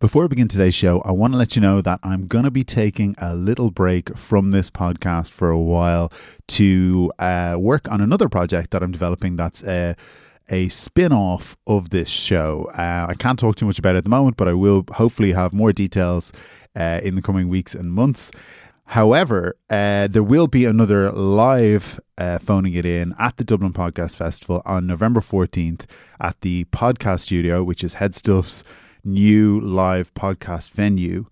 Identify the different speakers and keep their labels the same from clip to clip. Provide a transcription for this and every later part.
Speaker 1: Before we begin today's show, I want to let you know that I'm going to be taking a little break from this podcast for a while to uh, work on another project that I'm developing that's a, a spin off of this show. Uh, I can't talk too much about it at the moment, but I will hopefully have more details uh, in the coming weeks and months. However, uh, there will be another live uh, phoning it in at the Dublin Podcast Festival on November 14th at the podcast studio, which is Headstuff's new live podcast venue.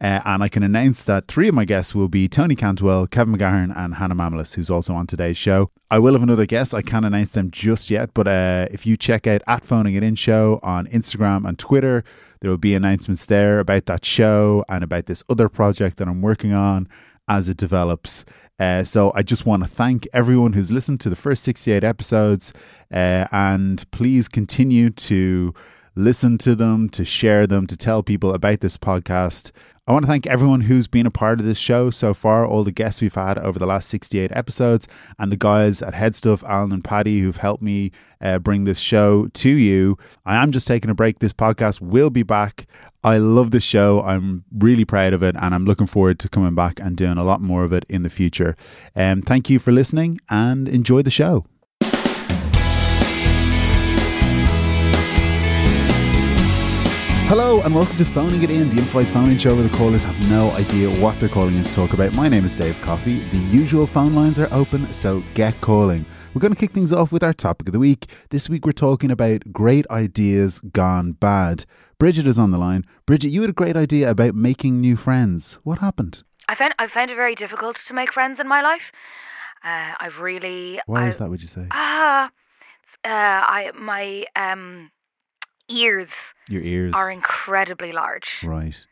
Speaker 1: Uh, and I can announce that three of my guests will be Tony Cantwell, Kevin McGahern, and Hannah Mamelis, who's also on today's show. I will have another guest. I can't announce them just yet, but uh, if you check out at Phoning It In Show on Instagram and Twitter, there will be announcements there about that show and about this other project that I'm working on as it develops. Uh, so I just want to thank everyone who's listened to the first 68 episodes, uh, and please continue to listen to them, to share them, to tell people about this podcast. I want to thank everyone who's been a part of this show so far, all the guests we've had over the last 68 episodes, and the guys at Headstuff, Alan and Paddy, who've helped me uh, bring this show to you. I am just taking a break. This podcast will be back. I love this show. I'm really proud of it, and I'm looking forward to coming back and doing a lot more of it in the future. Um, thank you for listening and enjoy the show. Hello and welcome to Phoning It In, the improvised phone-in show where the callers have no idea what they're calling in to talk about. My name is Dave Coffey. The usual phone lines are open, so get calling. We're going to kick things off with our topic of the week. This week we're talking about great ideas gone bad. Bridget is on the line. Bridget, you had a great idea about making new friends. What happened?
Speaker 2: I found I found it very difficult to make friends in my life. Uh, I've really
Speaker 1: Why
Speaker 2: I,
Speaker 1: is that, would you say?
Speaker 2: Ah, uh, I my um ears
Speaker 1: Your ears.
Speaker 2: are incredibly large,
Speaker 1: Right.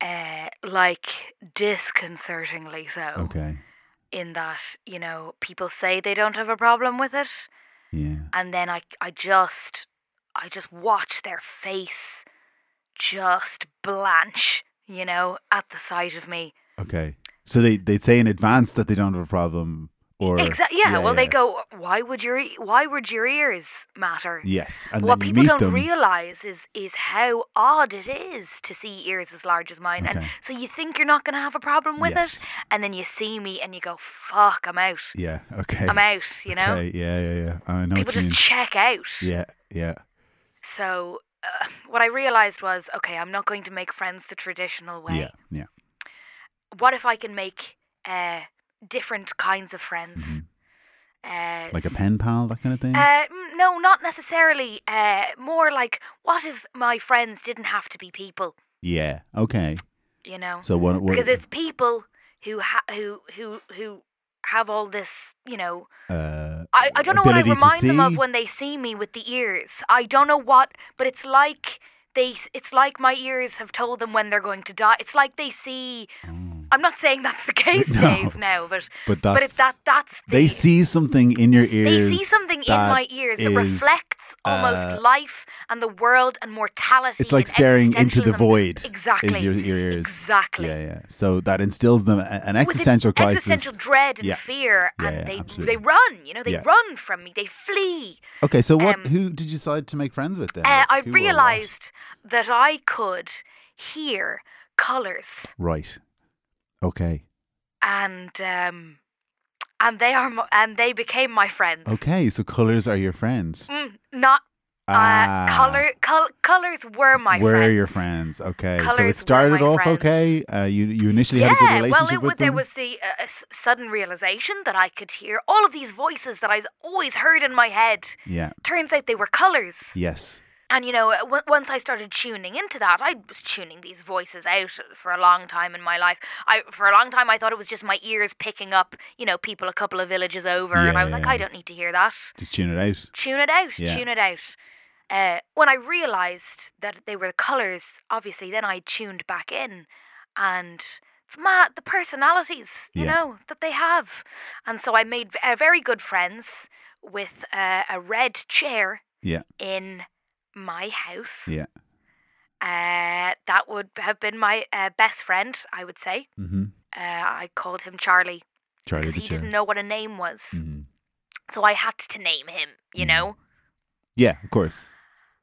Speaker 2: uh, like disconcertingly so.
Speaker 1: Okay.
Speaker 2: In that you know people say they don't have a problem with it,
Speaker 1: Yeah.
Speaker 2: and then I I just I just watch their face just blanch, you know, at the sight of me.
Speaker 1: Okay. So they, they'd say in advance that they don't have a problem or...
Speaker 2: Exactly. Yeah, Well, they
Speaker 1: yeah.
Speaker 2: go. Why would your e- Why would your ears matter?
Speaker 1: Yes. And
Speaker 2: what
Speaker 1: then you
Speaker 2: people
Speaker 1: meet
Speaker 2: don't
Speaker 1: them.
Speaker 2: realize is is how odd it is to see ears as large as mine, and
Speaker 1: Okay.
Speaker 2: so you think you're not going to have a problem with
Speaker 1: Yes.
Speaker 2: it, and then you see me and you go, "Fuck, I'm out.
Speaker 1: Yeah. Okay.
Speaker 2: I'm out." You know,
Speaker 1: Okay, yeah, yeah, yeah. I know
Speaker 2: people
Speaker 1: what you
Speaker 2: just
Speaker 1: mean.
Speaker 2: check out.
Speaker 1: Yeah, yeah.
Speaker 2: So uh, what I realized was, okay, I'm not going to make friends the traditional way.
Speaker 1: Yeah, yeah.
Speaker 2: What if I can make uh, different kinds of friends?
Speaker 1: Mhm.
Speaker 2: Uh,
Speaker 1: Like a pen pal, that kind of thing?
Speaker 2: Uh, mm, no, not necessarily. Uh, more like, what if my friends didn't have to be people?
Speaker 1: yeah. Okay.
Speaker 2: You know,
Speaker 1: So what? what
Speaker 2: because it's people who ha- who who who have all this. You know,
Speaker 1: uh,
Speaker 2: I, I don't know what I
Speaker 1: ability to
Speaker 2: remind them of
Speaker 1: see?
Speaker 2: when they see me with the ears. I don't know what, but it's like they. It's like my ears have told them when they're going to die. It's like they see.
Speaker 1: oh.
Speaker 2: I'm not saying that's the case,
Speaker 1: No.
Speaker 2: Dave. Now, but
Speaker 1: But that's
Speaker 2: but it's that that's
Speaker 1: they
Speaker 2: the-
Speaker 1: see something in your ears.
Speaker 2: They see something in
Speaker 1: that
Speaker 2: my ears that
Speaker 1: is,
Speaker 2: reflects almost
Speaker 1: uh,
Speaker 2: life and the world and mortality.
Speaker 1: It's like
Speaker 2: and
Speaker 1: staring into the
Speaker 2: existentialism.
Speaker 1: void.
Speaker 2: Exactly.
Speaker 1: Is your, your ears?
Speaker 2: Exactly.
Speaker 1: Yeah, yeah. So that instills them a- an
Speaker 2: With an
Speaker 1: existential crisis.
Speaker 2: existential dread and
Speaker 1: Yeah.
Speaker 2: fear,
Speaker 1: Yeah,
Speaker 2: and
Speaker 1: yeah,
Speaker 2: they
Speaker 1: absolutely.
Speaker 2: they run. You know, they
Speaker 1: Yeah.
Speaker 2: run from me. They flee.
Speaker 1: Okay, so what?
Speaker 2: um,
Speaker 1: who did you decide to make friends with then?
Speaker 2: Uh,
Speaker 1: Like, who
Speaker 2: I
Speaker 1: or what?
Speaker 2: realized that I could hear colors,
Speaker 1: Right. Okay.
Speaker 2: and um, and they are mo- and they became my friends.
Speaker 1: Okay. So colors are your friends. Ah.
Speaker 2: Mm, not uh, color. Col- colors were my
Speaker 1: were
Speaker 2: friends.
Speaker 1: your friends okay so
Speaker 2: Colours were
Speaker 1: it started
Speaker 2: my
Speaker 1: off
Speaker 2: friends.
Speaker 1: okay uh, you you initially had a good relationship
Speaker 2: well, it,
Speaker 1: with
Speaker 2: wa-
Speaker 1: them
Speaker 2: there was the uh, s- sudden realization that I could hear all of these voices that I'd always heard in my head.
Speaker 1: yeah
Speaker 2: Turns out they were colours.
Speaker 1: yes
Speaker 2: And, you know, uh, w- once I started tuning into that, I was tuning these voices out for a long time in my life. I, for a long time, I thought it was just my ears picking up, you know, people a couple of villages over. and I was like,
Speaker 1: Yeah.
Speaker 2: I don't need to hear that.
Speaker 1: just tune it out
Speaker 2: Tune it out,
Speaker 1: Yeah.
Speaker 2: tune it out. Uh, when I realised that they were the colours, obviously, then I tuned back in, and it's mad the personalities, you
Speaker 1: Yeah.
Speaker 2: know, that they have. And so I made v- uh, very good friends with uh, a red chair
Speaker 1: Yeah.
Speaker 2: in my house.
Speaker 1: Yeah.
Speaker 2: Uh, that would have been my uh, best friend, I would say.
Speaker 1: mm-hmm.
Speaker 2: Uh, I called him Charlie
Speaker 1: charlie
Speaker 2: because
Speaker 1: the
Speaker 2: he
Speaker 1: chair
Speaker 2: didn't know what a name was,
Speaker 1: Mhm.
Speaker 2: so I had to name him, you
Speaker 1: Mm.
Speaker 2: know.
Speaker 1: yeah of course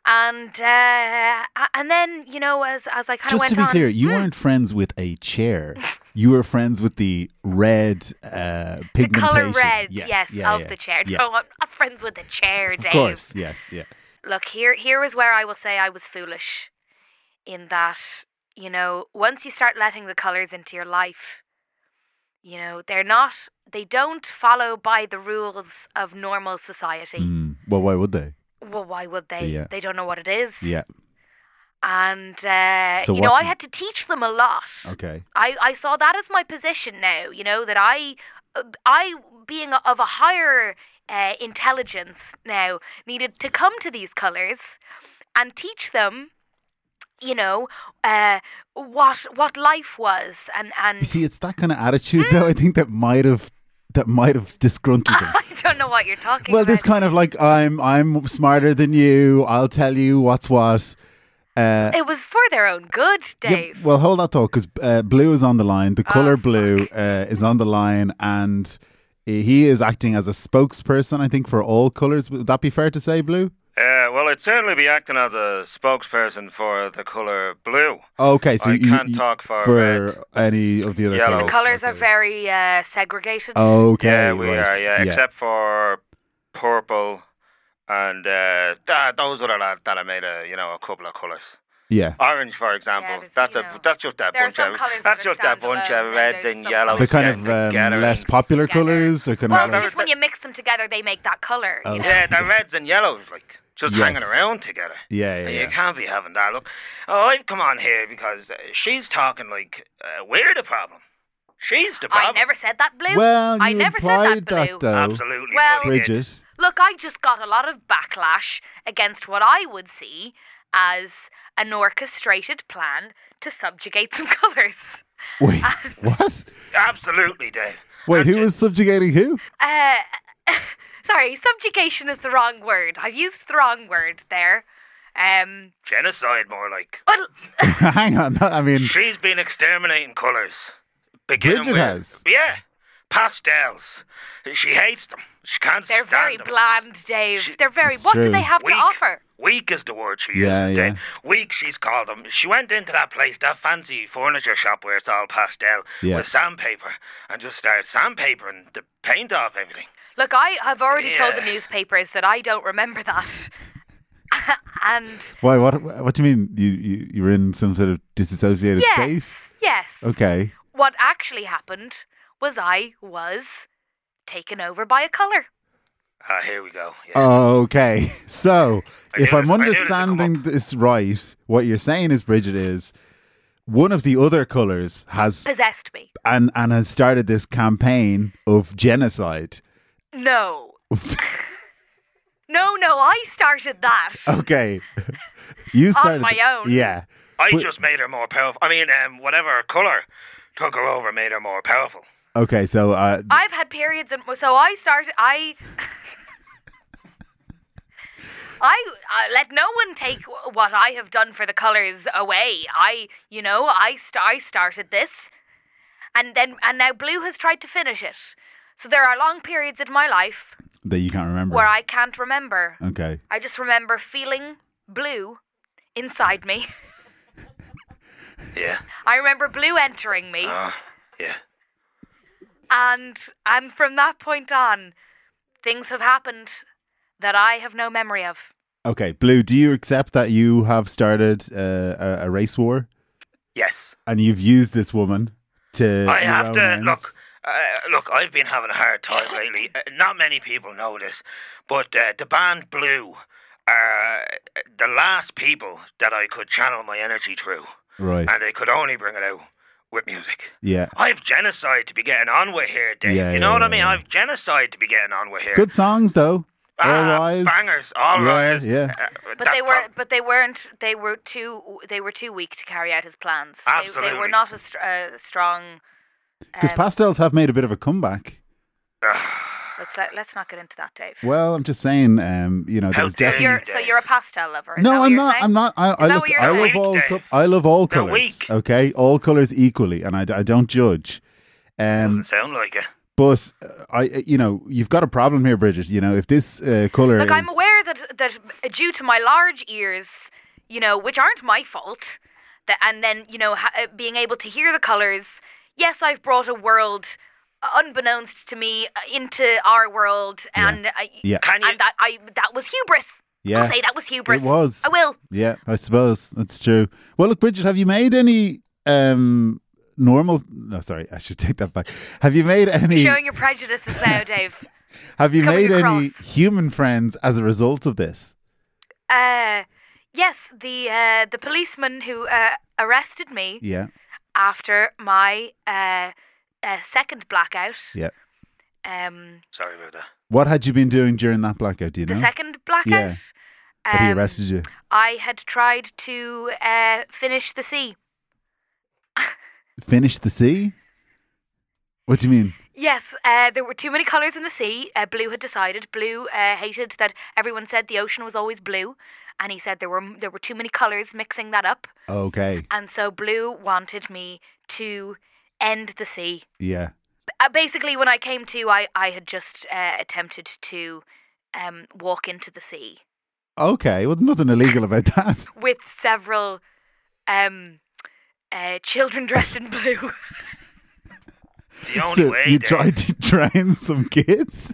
Speaker 2: and uh, a- and then you know as as I kind of
Speaker 1: Just
Speaker 2: went
Speaker 1: to be
Speaker 2: on,
Speaker 1: clear, you
Speaker 2: Hmm.
Speaker 1: weren't friends with a chair. You were friends with the red uh,
Speaker 2: the
Speaker 1: pigmentation.
Speaker 2: color red,
Speaker 1: yes,
Speaker 2: yes,
Speaker 1: yeah,
Speaker 2: of
Speaker 1: yeah.
Speaker 2: the chair.
Speaker 1: Yeah.
Speaker 2: No, I'm not friends with the chair, Dave.
Speaker 1: Of course, yes, yeah.
Speaker 2: Look, here here is where I will say I was foolish, in that you know once you start letting the colors into your life, you know they're not they don't follow by the rules of normal society.
Speaker 1: Mm. Well, why would they?
Speaker 2: Well, why would they?
Speaker 1: Yeah.
Speaker 2: They don't know what it is.
Speaker 1: Yeah.
Speaker 2: And uh,
Speaker 1: So
Speaker 2: you
Speaker 1: what
Speaker 2: know I
Speaker 1: do-
Speaker 2: had to teach them a lot.
Speaker 1: Okay.
Speaker 2: I, I saw that as my position now, you know, that I, uh, I being of a higher uh, intelligence now, needed to come to these colours and teach them, you know, uh, what what life was and
Speaker 1: You
Speaker 2: and
Speaker 1: see, it's that kind of attitude, though.
Speaker 2: Hmm.
Speaker 1: I think that might have that might have disgruntled them.
Speaker 2: I don't know what you're talking
Speaker 1: well,
Speaker 2: about.
Speaker 1: this kind of like I'm I'm smarter than you. I'll tell you what's what. Uh,
Speaker 2: it was for their own good,
Speaker 1: yeah,
Speaker 2: Dave. Oh,
Speaker 1: well, hold that thought because uh, blue is on the line. The color blue uh, is on the line, and he is acting as a spokesperson. I think for all colors. Would that be fair to say, blue?
Speaker 3: Uh, well, I'd certainly be acting as a spokesperson for the colour blue.
Speaker 1: Okay, so
Speaker 3: I
Speaker 1: you,
Speaker 3: can't
Speaker 1: you-
Speaker 3: talk for red.
Speaker 1: any of the other
Speaker 3: Yellow.
Speaker 1: colors.
Speaker 3: The
Speaker 2: Colours are
Speaker 1: Okay.
Speaker 2: very uh, segregated.
Speaker 1: Okay,
Speaker 3: yeah, we
Speaker 1: right.
Speaker 3: are. Yeah, except for purple and uh, th- those other lads that I made a you know a couple of colours.
Speaker 1: yeah.
Speaker 3: Orange, for example,
Speaker 2: there's,
Speaker 3: that's
Speaker 2: you
Speaker 3: a
Speaker 2: know,
Speaker 3: that's just that
Speaker 2: there are
Speaker 3: bunch
Speaker 2: some
Speaker 3: of
Speaker 2: colours that
Speaker 3: that's
Speaker 2: are
Speaker 3: just that bunch
Speaker 2: standalone,
Speaker 3: of
Speaker 2: and
Speaker 3: reds
Speaker 2: there's
Speaker 3: and
Speaker 2: some
Speaker 3: yellows.
Speaker 2: colours
Speaker 1: the kind of
Speaker 3: getting together
Speaker 1: um,
Speaker 3: and-
Speaker 1: less popular
Speaker 2: together.
Speaker 1: colors, or kind
Speaker 2: Well,
Speaker 1: of
Speaker 3: there
Speaker 1: like, oh,
Speaker 3: was
Speaker 2: just when
Speaker 3: the-
Speaker 2: you mix them together, they make that colour. You know?
Speaker 3: Yeah, the reds and yellows like just
Speaker 1: Yes.
Speaker 3: hanging around together.
Speaker 1: yeah, yeah,
Speaker 3: You
Speaker 1: yeah.
Speaker 3: can't be having that. Look, oh, I've come on here because uh, she's talking like uh, we're the problem. She's the
Speaker 2: I
Speaker 3: problem.
Speaker 2: never said that blue.
Speaker 1: Well,
Speaker 2: I
Speaker 1: you
Speaker 2: never said
Speaker 1: implied
Speaker 2: that
Speaker 1: that,
Speaker 2: blue.
Speaker 1: though,
Speaker 3: Absolutely.
Speaker 2: Well-
Speaker 3: bloody did.
Speaker 1: Bridget.
Speaker 2: Look, I just got a lot of backlash against what I would see as an orchestrated plan to subjugate some colours.
Speaker 1: Wait, what?
Speaker 3: Absolutely, Dave.
Speaker 1: Wait, who
Speaker 3: Bridget.
Speaker 1: was subjugating who?
Speaker 2: Uh, sorry, subjugation is the wrong word. I've used the wrong word there. Um,
Speaker 3: Genocide, more like.
Speaker 2: well,
Speaker 1: Hang on, I mean,
Speaker 3: She's been exterminating colours. Beginning
Speaker 1: Bridget
Speaker 3: with,
Speaker 1: has.
Speaker 3: Yeah. Pastels. She hates them. She can't
Speaker 2: they're
Speaker 3: stand
Speaker 2: very
Speaker 3: them.
Speaker 2: bland, Dave. They're very.
Speaker 1: It's
Speaker 2: what
Speaker 1: true.
Speaker 2: do they have
Speaker 3: Weak.
Speaker 2: to offer?
Speaker 3: Weak is the word she
Speaker 1: Yeah,
Speaker 3: uses,
Speaker 1: yeah.
Speaker 3: Dave. Weak, she's called them. She went into that place, that fancy furniture shop where it's all pastel,
Speaker 1: Yeah.
Speaker 3: with sandpaper, and just started sandpapering the paint off everything.
Speaker 2: Look, I have already told the
Speaker 3: Yeah.
Speaker 2: newspapers that I don't remember that. and
Speaker 1: why? What? What do you mean? You you you're in some sort of disassociated
Speaker 2: yes,
Speaker 1: state?
Speaker 2: yes.
Speaker 1: Okay.
Speaker 2: What actually happened was I was taken over by a color.
Speaker 3: Ah, here we go. Yeah.
Speaker 1: Uh, Okay. So,
Speaker 3: I
Speaker 1: if
Speaker 3: knew
Speaker 1: I'm
Speaker 3: this- I knew this would come
Speaker 1: understanding this right, what you're saying is, Bridget is one of the other colors has
Speaker 2: Possessed me.
Speaker 1: and and has started this campaign of genocide.
Speaker 2: No. no, no, I started that.
Speaker 1: Okay. You started
Speaker 2: my own.
Speaker 1: Yeah.
Speaker 3: I
Speaker 1: But-
Speaker 3: just made her more powerful. I mean, um, whatever color took her over made her more powerful.
Speaker 1: Okay, so uh
Speaker 2: I've had periods, and so I started. I. I uh, let no one take w- what I have done for the colors away. I, you know, I, st- I started this, and then and now blue has tried to finish it. So there are long periods in my life
Speaker 1: that you can't remember.
Speaker 2: where I can't remember.
Speaker 1: okay.
Speaker 2: I just remember feeling blue inside me.
Speaker 3: Yeah.
Speaker 2: I remember blue entering me.
Speaker 3: Ah, yeah.
Speaker 2: and and from that point on, things have happened that I have no memory of.
Speaker 1: Okay, Blue, do you accept that you have started uh, a, a race war
Speaker 3: Yes.
Speaker 1: and you've used this woman to
Speaker 3: I
Speaker 1: your
Speaker 3: have
Speaker 1: own
Speaker 3: to
Speaker 1: ends?
Speaker 3: look. Uh, look, I've been having a hard time lately. Uh, not many people know this, but uh, the band Blue are uh, the last people that I could channel my energy through,
Speaker 1: Right.
Speaker 3: and they could only bring it out with music.
Speaker 1: Yeah.
Speaker 3: I've genocide to be getting on with here, Dave.
Speaker 1: Yeah,
Speaker 3: you know
Speaker 1: yeah,
Speaker 3: what I
Speaker 1: yeah,
Speaker 3: mean?
Speaker 1: yeah.
Speaker 3: I've genocide to be getting on with here.
Speaker 1: Good songs though.
Speaker 3: Ah,
Speaker 1: all rise.
Speaker 3: bangers, all
Speaker 1: Yeah,
Speaker 3: rise.
Speaker 1: yeah.
Speaker 3: Uh,
Speaker 2: But
Speaker 3: that
Speaker 2: they
Speaker 3: pro-
Speaker 2: were, but they weren't. They were too. They were too weak to carry out his plans. They- They, were
Speaker 3: Absolutely.
Speaker 2: not a str- uh, strong.
Speaker 1: Because
Speaker 2: um,
Speaker 1: pastels have made a bit of a comeback.
Speaker 2: let's let, let's not get into that, Dave.
Speaker 1: Well, I'm just saying, um, you know,
Speaker 3: How
Speaker 1: there's
Speaker 3: dare
Speaker 2: so
Speaker 3: Dave,
Speaker 1: definitely
Speaker 2: you're so
Speaker 3: Dave.
Speaker 2: you're a pastel lover. Is that
Speaker 1: No,
Speaker 2: what
Speaker 1: I'm
Speaker 2: you're
Speaker 1: not.
Speaker 2: saying?
Speaker 1: I'm not. I, I
Speaker 2: that
Speaker 1: look.
Speaker 2: what you're
Speaker 1: I love
Speaker 3: saying?
Speaker 1: all.
Speaker 3: Weak,
Speaker 1: Co-
Speaker 3: Dave.
Speaker 1: I love all
Speaker 3: They're
Speaker 1: colors.
Speaker 3: weak.
Speaker 1: Okay, all colors equally, and I, I don't judge.
Speaker 3: doesn't
Speaker 1: Um,
Speaker 3: sound like it.
Speaker 1: but uh, I, you know, you've got a problem here, Bridget. You know, if this uh, color
Speaker 2: Look,
Speaker 1: is
Speaker 2: I'm aware that that due to my large ears, you know, which aren't my fault, that and then you know ha- uh, being able to hear the colors. Yes, I've brought a world uh, unbeknownst to me uh, into our world,
Speaker 1: Yeah.
Speaker 2: and I,
Speaker 1: Yeah.
Speaker 3: Can you?
Speaker 2: and that I that was hubris. I'll
Speaker 1: Yeah,
Speaker 2: say that was hubris.
Speaker 1: it was.
Speaker 2: I will.
Speaker 1: Yeah, I suppose that's true. Well, look, Bridget, have you made any um normal? No, sorry, I should take that back. Have you made any?
Speaker 2: Showing your prejudices now, Dave.
Speaker 1: Have you
Speaker 2: coming
Speaker 1: made any
Speaker 2: across.
Speaker 1: human friends as a result of this?
Speaker 2: Uh, yes, the uh, the policeman who uh, arrested me
Speaker 1: Yeah,
Speaker 2: after my uh, uh, second blackout.
Speaker 1: yeah.
Speaker 2: Um,
Speaker 3: Sorry about that.
Speaker 1: What had you been doing during that blackout? Do you
Speaker 2: the
Speaker 1: know?
Speaker 2: second blackout.
Speaker 1: Yeah. That he
Speaker 2: um,
Speaker 1: arrested you.
Speaker 2: I had tried to uh, finish the sea.
Speaker 1: Finished the sea. What do you mean?
Speaker 2: Yes, uh, there were too many colours in the sea. Uh, Blue had decided. Blue uh, hated that everyone said the ocean was always blue, and he said there were there were too many colours mixing that up,
Speaker 1: Okay.
Speaker 2: and so Blue wanted me to end the sea.
Speaker 1: Yeah.
Speaker 2: uh, basically, when I came to, I, I had just uh, attempted to um, walk into the sea
Speaker 1: Okay. Well, nothing illegal about that.
Speaker 2: with several um, uh, children dressed in blue.
Speaker 3: The only
Speaker 1: so
Speaker 3: way.
Speaker 1: you
Speaker 3: Dave-
Speaker 1: tried to drown some kids.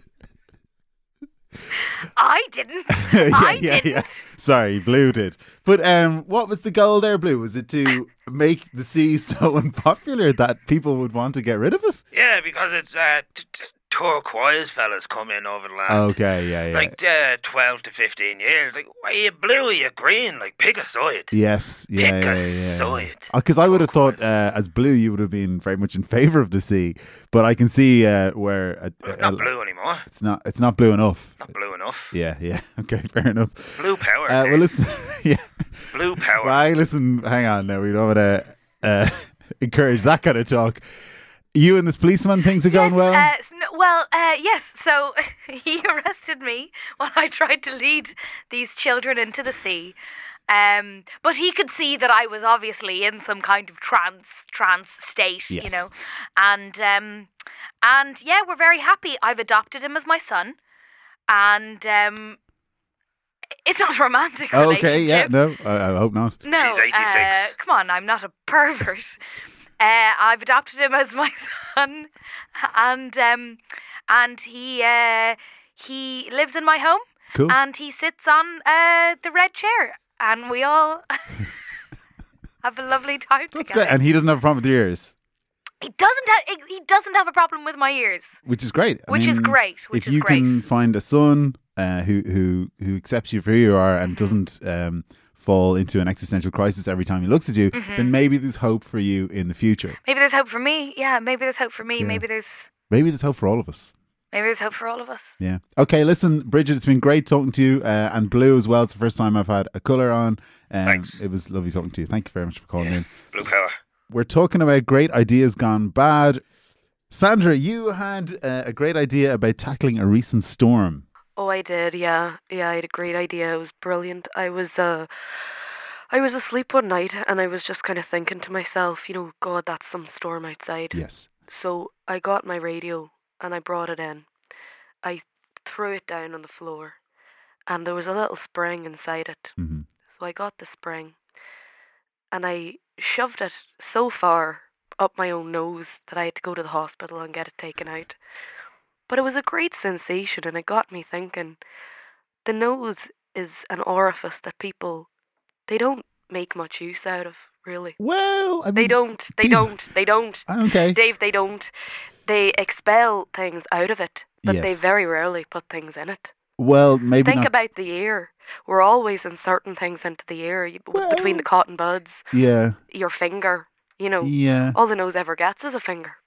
Speaker 2: I didn't.
Speaker 1: yeah,
Speaker 2: I
Speaker 1: yeah,
Speaker 2: didn't.
Speaker 1: yeah. Sorry, Blue did. But um, what was the goal there, Blue? Was it to make the sea so unpopular that people would want to get rid of it?
Speaker 3: Yeah, because it's uh, t- t- turquoise fellas come in over the last
Speaker 1: Okay, yeah, yeah.
Speaker 3: Uh, like uh, twelve to fifteen years. Like, why are you blue? Are you green? Like, pick a side.
Speaker 1: yes, yeah,
Speaker 3: pick
Speaker 1: yeah,
Speaker 3: a
Speaker 1: yeah, yeah.
Speaker 3: side.
Speaker 1: Because I would have thought, uh, as Blue, you would have been very much in favour of the sea. But I can see uh, where uh,
Speaker 3: Well, it's
Speaker 1: uh,
Speaker 3: not blue anymore.
Speaker 1: it's not it's not blue enough.
Speaker 3: Not blue enough.
Speaker 1: Yeah, yeah. Okay, fair enough.
Speaker 3: Blue power.
Speaker 1: Uh, well,
Speaker 3: Dave.
Speaker 1: listen, yeah.
Speaker 3: blue power.
Speaker 1: Right, listen, hang on now. We don't want to uh, encourage that kind of talk. You and this policeman, things are going
Speaker 2: Yes,
Speaker 1: well?
Speaker 2: Uh, s- no- well, uh, yes. So he arrested me when I tried to lead these children into the sea. Um, but he could see that I was obviously in some kind of trance trance state, you
Speaker 1: Yes.
Speaker 2: know, and um, and yeah, we're very happy. I've adopted him as my son, and um, it's not a romantic.
Speaker 1: okay, yeah,
Speaker 2: uh, relationship.
Speaker 1: no, I, I hope not.
Speaker 2: No,
Speaker 3: She's 86.
Speaker 2: uh, come on, I'm not a pervert. uh, I've adopted him as my son, and um, and he uh, he lives in my home,
Speaker 1: Cool.
Speaker 2: and he sits on uh, the red chair, and we all have a lovely time
Speaker 1: That's
Speaker 2: together.
Speaker 1: great. And he doesn't have a problem with your ears,
Speaker 2: He doesn't have he doesn't have a problem with my ears,
Speaker 1: which is great. I
Speaker 2: which is
Speaker 1: mean,
Speaker 2: great. Which
Speaker 1: if
Speaker 2: is
Speaker 1: you
Speaker 2: great.
Speaker 1: can find a son uh, who, who, who accepts you for who you are and doesn't um, fall into an existential crisis every time he looks at you,
Speaker 2: Mm-hmm.
Speaker 1: then maybe there's hope for you in the future.
Speaker 2: Maybe there's hope for me. Yeah, maybe there's hope for me. Maybe there's
Speaker 1: Maybe there's hope for all of us.
Speaker 2: maybe there's hope for all of us.
Speaker 1: Yeah. Okay. Listen, Bridget, it's been great talking to you, uh, and Blue as well. It's the first time I've had a color on. Um,
Speaker 3: Thanks.
Speaker 1: It was lovely talking to you. Thank you very much for calling in.
Speaker 3: Blue power.
Speaker 1: We're talking about great ideas gone bad. Sandra, you had uh, a great idea about tackling a recent storm.
Speaker 4: Oh, I did. Yeah, yeah. I had a great idea. It was brilliant. I was uh, I was asleep one night and I was just kind of thinking to myself, you know, God, that's some storm outside.
Speaker 1: Yes.
Speaker 4: So I got my radio and I brought it in. I threw it down on the floor, and there was a little spring inside it.
Speaker 1: hmm
Speaker 4: So I got the spring, and I shoved it so far up my own nose that I had to go to the hospital and get it taken out. But it was a great sensation, and it got me thinking. The nose is an orifice that people they don't make much use out of, really.
Speaker 1: Well, I mean,
Speaker 4: They don't. They
Speaker 1: Dave-
Speaker 4: don't. They don't.
Speaker 1: Ah, Okay.
Speaker 4: Dave, they don't. They expel things out of it, but they
Speaker 1: Yes.
Speaker 4: very rarely put things in it.
Speaker 1: Well, maybe
Speaker 4: Think
Speaker 1: not.
Speaker 4: about the ear. We're always inserting things into the ear you- w- between the cotton buds,
Speaker 1: yeah.
Speaker 4: your finger. You know,
Speaker 1: Yeah.
Speaker 4: all the nose ever gets is a finger.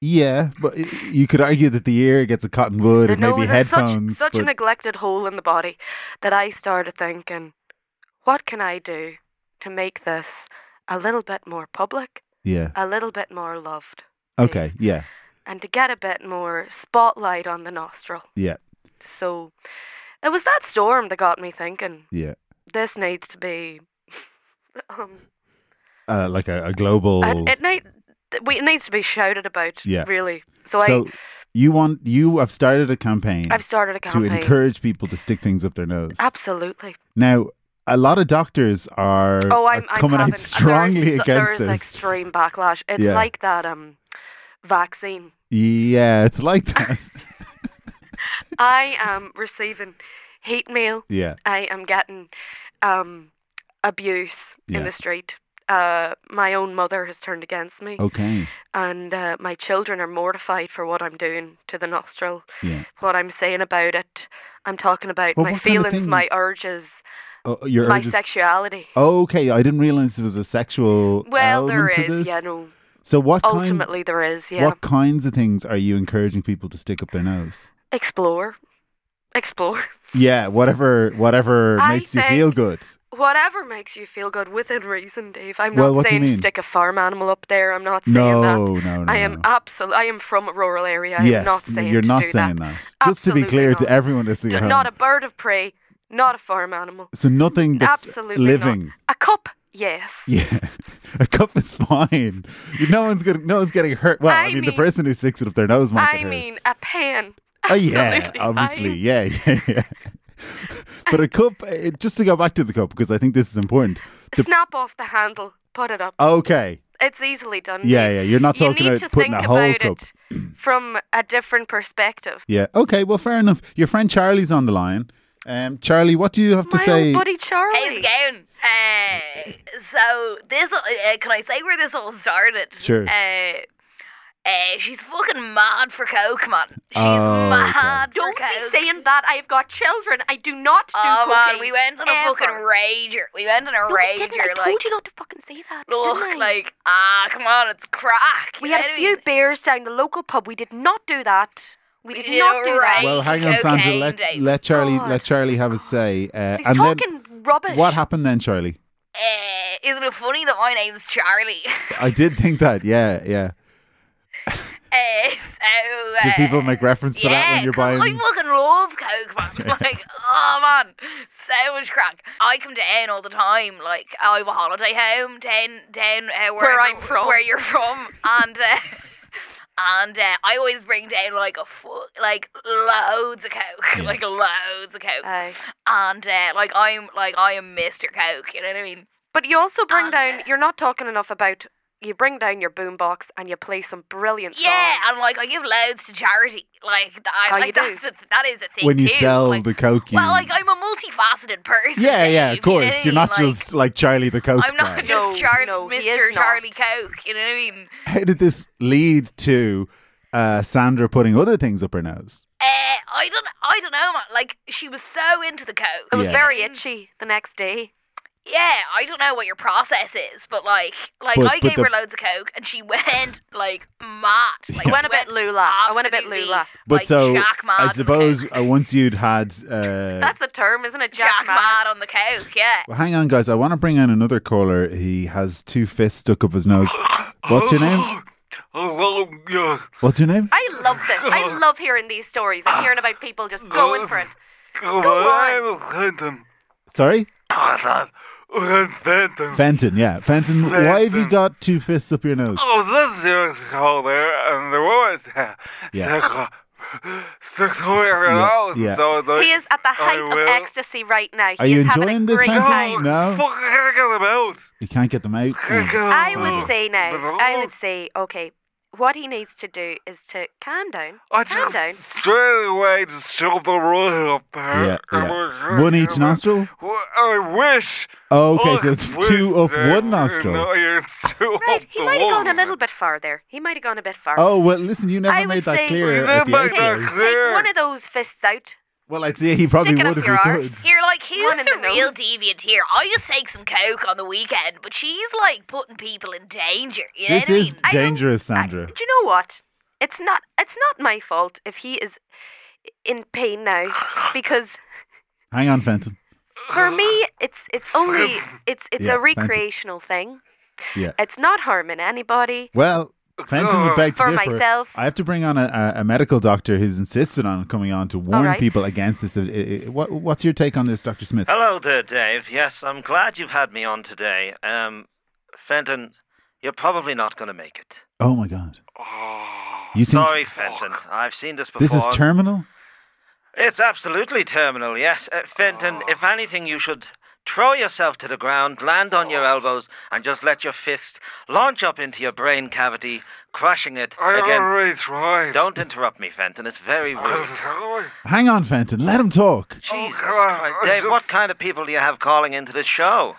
Speaker 1: Yeah. But y- you could argue that the ear gets a cotton wood
Speaker 4: The
Speaker 1: and maybe
Speaker 4: nose
Speaker 1: headphones.
Speaker 4: is such, such a
Speaker 1: but-
Speaker 4: neglected hole in the body that I started thinking, what can I do to make this a little bit more public,
Speaker 1: yeah.
Speaker 4: a little bit more loved,
Speaker 1: Okay. Yeah.
Speaker 4: and to get a bit more spotlight on the nostril?
Speaker 1: Yeah.
Speaker 4: So it was that storm that got me thinking,
Speaker 1: Yeah.
Speaker 4: this needs to be. um,
Speaker 1: Uh, like a, a global.
Speaker 4: And it need th- we it needs to be shouted about.
Speaker 1: Yeah.
Speaker 4: Really. So, I
Speaker 1: You want you have started a campaign
Speaker 4: I've started a
Speaker 1: to
Speaker 4: campaign.
Speaker 1: encourage people to stick things up their nose.
Speaker 4: Absolutely.
Speaker 1: Now, a lot of doctors are,
Speaker 4: Oh,
Speaker 1: are
Speaker 4: I'm, I'm
Speaker 1: coming
Speaker 4: having,
Speaker 1: out strongly
Speaker 4: there's,
Speaker 1: against
Speaker 4: there's
Speaker 1: this.
Speaker 4: extreme backlash. It's
Speaker 1: Yeah.
Speaker 4: like that um vaccine.
Speaker 1: yeah, it's like that.
Speaker 4: I am receiving hate mail.
Speaker 1: yeah,
Speaker 4: I am getting um abuse
Speaker 1: Yeah.
Speaker 4: in the street. Uh, my own mother has turned against me,
Speaker 1: okay.
Speaker 4: and uh, my children are mortified for what I'm doing to the nostril.
Speaker 1: Yeah.
Speaker 4: what I'm saying about it. I'm talking about
Speaker 1: Well,
Speaker 4: my
Speaker 1: what kind of
Speaker 4: feelings, my
Speaker 1: things?
Speaker 4: urges,
Speaker 1: Oh, your
Speaker 4: my
Speaker 1: urges.
Speaker 4: sexuality.
Speaker 1: okay, I didn't realize there was a sexual
Speaker 4: Well, there
Speaker 1: element to
Speaker 4: is,
Speaker 1: this.
Speaker 4: yeah, no.
Speaker 1: So what kind
Speaker 4: Ultimately, there is, yeah.
Speaker 1: what kinds of things are you encouraging people to stick up their nose?
Speaker 4: Explore, explore.
Speaker 1: Yeah, whatever whatever
Speaker 4: I
Speaker 1: makes you feel
Speaker 4: think-
Speaker 1: good.
Speaker 4: Whatever makes you feel good within reason, Dave. I'm
Speaker 1: Well,
Speaker 4: not
Speaker 1: what do you
Speaker 4: saying
Speaker 1: mean?
Speaker 4: stick a farm animal up there. I'm not saying
Speaker 1: No,
Speaker 4: that.
Speaker 1: no, no.
Speaker 4: uh, I am
Speaker 1: no.
Speaker 4: absolutely. I am from a rural area. I am
Speaker 1: yes,
Speaker 4: not saying
Speaker 1: you're
Speaker 4: to
Speaker 1: not
Speaker 4: do
Speaker 1: saying
Speaker 4: that.
Speaker 1: that. Just to be
Speaker 4: Absolutely
Speaker 1: clear to
Speaker 4: not.
Speaker 1: everyone listening at
Speaker 4: D-
Speaker 1: home.
Speaker 4: Not a bird of prey. Not a farm animal.
Speaker 1: so nothing that's
Speaker 4: Absolutely not.
Speaker 1: living.
Speaker 4: A cup, yes.
Speaker 1: Yeah, a cup is fine. No one's getting no one's getting hurt. Well, I,
Speaker 4: I
Speaker 1: mean, the
Speaker 4: mean-
Speaker 1: person who sticks it up their nose might get
Speaker 4: I
Speaker 1: hurt.
Speaker 4: mean, a pen.
Speaker 1: oh yeah,
Speaker 4: absolutely
Speaker 1: obviously,
Speaker 4: fine.
Speaker 1: yeah, yeah, yeah. But a cup, it, just to go back to the cup because I think this is important. The-
Speaker 4: Snap off the handle. Put it up.
Speaker 1: Okay,
Speaker 4: It's easily done.
Speaker 1: yeah, yeah. You're not
Speaker 4: Mm-hmm. you
Speaker 1: talking
Speaker 4: need
Speaker 1: about
Speaker 4: to
Speaker 1: putting
Speaker 4: think
Speaker 1: a whole
Speaker 4: about
Speaker 1: cup.
Speaker 4: it from a different perspective.
Speaker 1: Yeah. Okay. Well, fair enough. Your friend Charlie's on the line. Um, Charlie, what do you have to
Speaker 4: My
Speaker 1: say?
Speaker 4: old buddy
Speaker 2: How's
Speaker 4: Charlie.
Speaker 2: it going? Uh, so this, uh, can I say where this all started?
Speaker 1: Sure.
Speaker 2: Uh, uh, she's fucking mad for coke, man. She's
Speaker 1: Oh, okay.
Speaker 2: mad for
Speaker 4: Don't be
Speaker 2: coke.
Speaker 4: saying that. I've got children. I do not do
Speaker 2: Oh
Speaker 4: cocaine.
Speaker 2: man, we went on a
Speaker 4: ever.
Speaker 2: fucking rager. We went on a
Speaker 4: No, we
Speaker 2: rager,
Speaker 4: didn't. I told
Speaker 2: like
Speaker 4: you not to fucking say that.
Speaker 2: look,
Speaker 4: didn't I?
Speaker 2: like ah, come on, it's crack.
Speaker 4: we
Speaker 2: you
Speaker 4: had
Speaker 2: know
Speaker 4: a
Speaker 2: what I
Speaker 4: few
Speaker 2: mean?
Speaker 4: beers down the local pub. We did not do that. We
Speaker 2: We
Speaker 4: did
Speaker 2: did
Speaker 4: not do that.
Speaker 2: alright.
Speaker 1: well, hang on, Sandra.
Speaker 2: cocaine
Speaker 1: Let,
Speaker 2: days.
Speaker 1: let Charlie
Speaker 2: Oh.
Speaker 4: God.
Speaker 1: let Charlie have a say. Uh,
Speaker 4: He's
Speaker 1: and
Speaker 4: talking
Speaker 1: then
Speaker 4: rubbish.
Speaker 1: what happened then, Charlie?
Speaker 2: Uh, isn't it funny that my name's Charlie?
Speaker 1: I did think that. Yeah, yeah.
Speaker 2: uh, so,
Speaker 1: Do
Speaker 2: uh,
Speaker 1: people make reference to
Speaker 2: yeah,
Speaker 1: that when you're
Speaker 2: 'cause
Speaker 1: buying?
Speaker 2: I fucking love coke, man. like, oh man, so much crack. I come down all the time. Like, I have a holiday home down down uh, where,
Speaker 4: Where I'm from.
Speaker 2: where you're from, and. Uh, And uh, I always bring down like a fu- like loads of coke,
Speaker 1: Yeah.
Speaker 2: like loads of coke,
Speaker 4: Aye.
Speaker 2: and uh, like I'm like I am Mr. Coke, you know what I mean?
Speaker 4: But you also bring
Speaker 2: And,
Speaker 4: down.
Speaker 2: uh,
Speaker 4: You're not talking enough about. You bring down your boombox and you play some brilliant
Speaker 2: Yeah,
Speaker 4: songs.
Speaker 2: and like I give loads to charity. Like, th- I,
Speaker 4: Oh,
Speaker 2: like
Speaker 4: you do?
Speaker 2: that's a, that is a thing
Speaker 1: when you
Speaker 2: too.
Speaker 1: sell
Speaker 2: like,
Speaker 1: the coke, you,
Speaker 2: well, like I'm a multifaceted person.
Speaker 1: yeah, yeah, of
Speaker 2: Dave, you know
Speaker 1: course.
Speaker 2: what I
Speaker 1: You're
Speaker 2: mean?
Speaker 1: not
Speaker 2: Like,
Speaker 1: just like Charlie the coke
Speaker 2: I'm not
Speaker 1: guy.
Speaker 2: just
Speaker 4: No,
Speaker 2: Charlie,
Speaker 4: no, he
Speaker 2: Mr.
Speaker 4: is not.
Speaker 2: Charlie Coke. You know what I mean?
Speaker 1: How did this lead to uh, Sandra putting other things up her nose?
Speaker 2: Uh, I don't, I don't know, man. Like she was so into the coke.
Speaker 4: It was
Speaker 1: Yeah.
Speaker 4: very itchy the next day.
Speaker 2: Yeah, I don't know what your process is, but like, like
Speaker 1: But-
Speaker 2: I
Speaker 1: but
Speaker 2: gave
Speaker 1: the-
Speaker 2: her loads of coke, and she went like mad. Like,
Speaker 4: I went a bit lula. I went a bit
Speaker 2: absolutely,
Speaker 4: lula.
Speaker 1: But
Speaker 2: like,
Speaker 1: so
Speaker 2: Jack mad on
Speaker 1: I
Speaker 2: the
Speaker 1: suppose
Speaker 2: coke.
Speaker 1: uh, once you'd had uh,
Speaker 4: That's a term, isn't it? Jack,
Speaker 2: Jack
Speaker 4: Ma?
Speaker 2: mad on the coke. Yeah.
Speaker 1: Well, hang on, guys. I want to bring in another caller. He has two fists stuck up his nose. What's your name?
Speaker 3: Oh, well, yeah.
Speaker 1: What's your name?
Speaker 4: I love this. I love hearing these stories and hearing about people just going for it.
Speaker 3: Go
Speaker 4: on.
Speaker 3: Fenton.
Speaker 1: Sorry,
Speaker 3: Oh, Fenton.
Speaker 1: Fenton. Yeah, Fenton. Why have you
Speaker 3: Fenton. Oh,
Speaker 1: got two fists up your nose?
Speaker 3: I was listening to the call there, and there was uh,
Speaker 1: Yeah.
Speaker 3: yeah. six hundred
Speaker 1: Yeah,
Speaker 3: dollars.
Speaker 1: yeah.
Speaker 3: So I was like,
Speaker 4: He is at the height
Speaker 3: will.
Speaker 4: of ecstasy right now.
Speaker 1: Are
Speaker 4: He
Speaker 1: you
Speaker 4: is having
Speaker 1: enjoying
Speaker 4: a
Speaker 1: this,
Speaker 4: great
Speaker 1: Fenton?
Speaker 4: time.
Speaker 1: No.
Speaker 3: Fucking heck of the belt.
Speaker 1: You can't get them out.
Speaker 3: Heck
Speaker 1: Mm.
Speaker 3: of the
Speaker 4: I
Speaker 1: Oh.
Speaker 4: would
Speaker 3: belt.
Speaker 4: say now,
Speaker 3: But
Speaker 4: I would say, okay, what he needs to do is to calm down.
Speaker 3: I
Speaker 4: Calm down.
Speaker 3: just straight away just shove the rod up there.
Speaker 1: Yeah,
Speaker 3: and
Speaker 1: yeah.
Speaker 3: we're-
Speaker 1: One each nostril.
Speaker 3: Well, I wish.
Speaker 1: Oh, okay,
Speaker 3: I
Speaker 1: so it's
Speaker 3: wish
Speaker 1: two up
Speaker 3: there
Speaker 1: one
Speaker 3: were
Speaker 1: nostril.
Speaker 3: another two
Speaker 4: Right,
Speaker 3: up
Speaker 4: he
Speaker 3: the
Speaker 4: might have gone a
Speaker 3: one.
Speaker 4: little bit farther. He might have gone a bit farther.
Speaker 1: Oh well, listen. You never
Speaker 4: I
Speaker 1: made
Speaker 4: would
Speaker 1: that
Speaker 4: say-
Speaker 1: clear
Speaker 3: You
Speaker 1: at the
Speaker 3: never made that
Speaker 1: outro.
Speaker 4: Take
Speaker 3: There.
Speaker 4: one of those fists out.
Speaker 1: Well, I think he probably
Speaker 4: Stick it
Speaker 1: would if
Speaker 4: up
Speaker 1: he
Speaker 4: your
Speaker 1: could.
Speaker 4: arse.
Speaker 2: You're like, who's
Speaker 4: One in
Speaker 2: the
Speaker 4: the
Speaker 2: real
Speaker 4: nose.
Speaker 2: deviant here? I just take some coke on the weekend, but she's like putting people in danger. You know
Speaker 1: This
Speaker 2: what I
Speaker 1: is
Speaker 2: mean?
Speaker 4: I don't-
Speaker 1: dangerous,
Speaker 4: I-
Speaker 1: Sandra.
Speaker 4: do you know what? It's not. It's not my fault if he is in pain now, because
Speaker 1: Hang on, Fenton.
Speaker 4: for me, it's it's only it's it's
Speaker 1: Yeah,
Speaker 4: a
Speaker 1: thank you.
Speaker 4: recreational thing.
Speaker 1: Yeah.
Speaker 4: It's not harming anybody.
Speaker 1: Well, Fenton
Speaker 3: Oh.
Speaker 1: would beg to
Speaker 4: For
Speaker 1: differ.
Speaker 4: myself.
Speaker 1: I have to bring on a, a, a medical doctor who's insisted on coming on to warn
Speaker 4: right.
Speaker 1: people against this. I- I- What, what's your take on this, Doctor Smith?
Speaker 3: Hello there, Dave. Yes, I'm glad you've had me on today. Um, Fenton, you're probably not going to make it.
Speaker 1: Oh my God. You think
Speaker 3: Sorry, Fenton. I've seen this before.
Speaker 1: this is terminal?
Speaker 3: It's absolutely terminal, yes. Uh, Fenton,
Speaker 4: Oh.
Speaker 3: if anything, you should throw yourself to the ground, land on
Speaker 4: Oh.
Speaker 3: your elbows, and just let your fists launch up into your brain cavity, crushing it
Speaker 5: I
Speaker 3: again.
Speaker 5: already tried.
Speaker 3: Don't interrupt me, Fenton. It's very rude.
Speaker 1: Hang on, Fenton. Let him talk.
Speaker 4: Oh,
Speaker 3: Jesus
Speaker 5: come on,
Speaker 3: Christ.
Speaker 5: I
Speaker 3: Dave,
Speaker 5: just-
Speaker 3: what kind of people do you have calling into this show?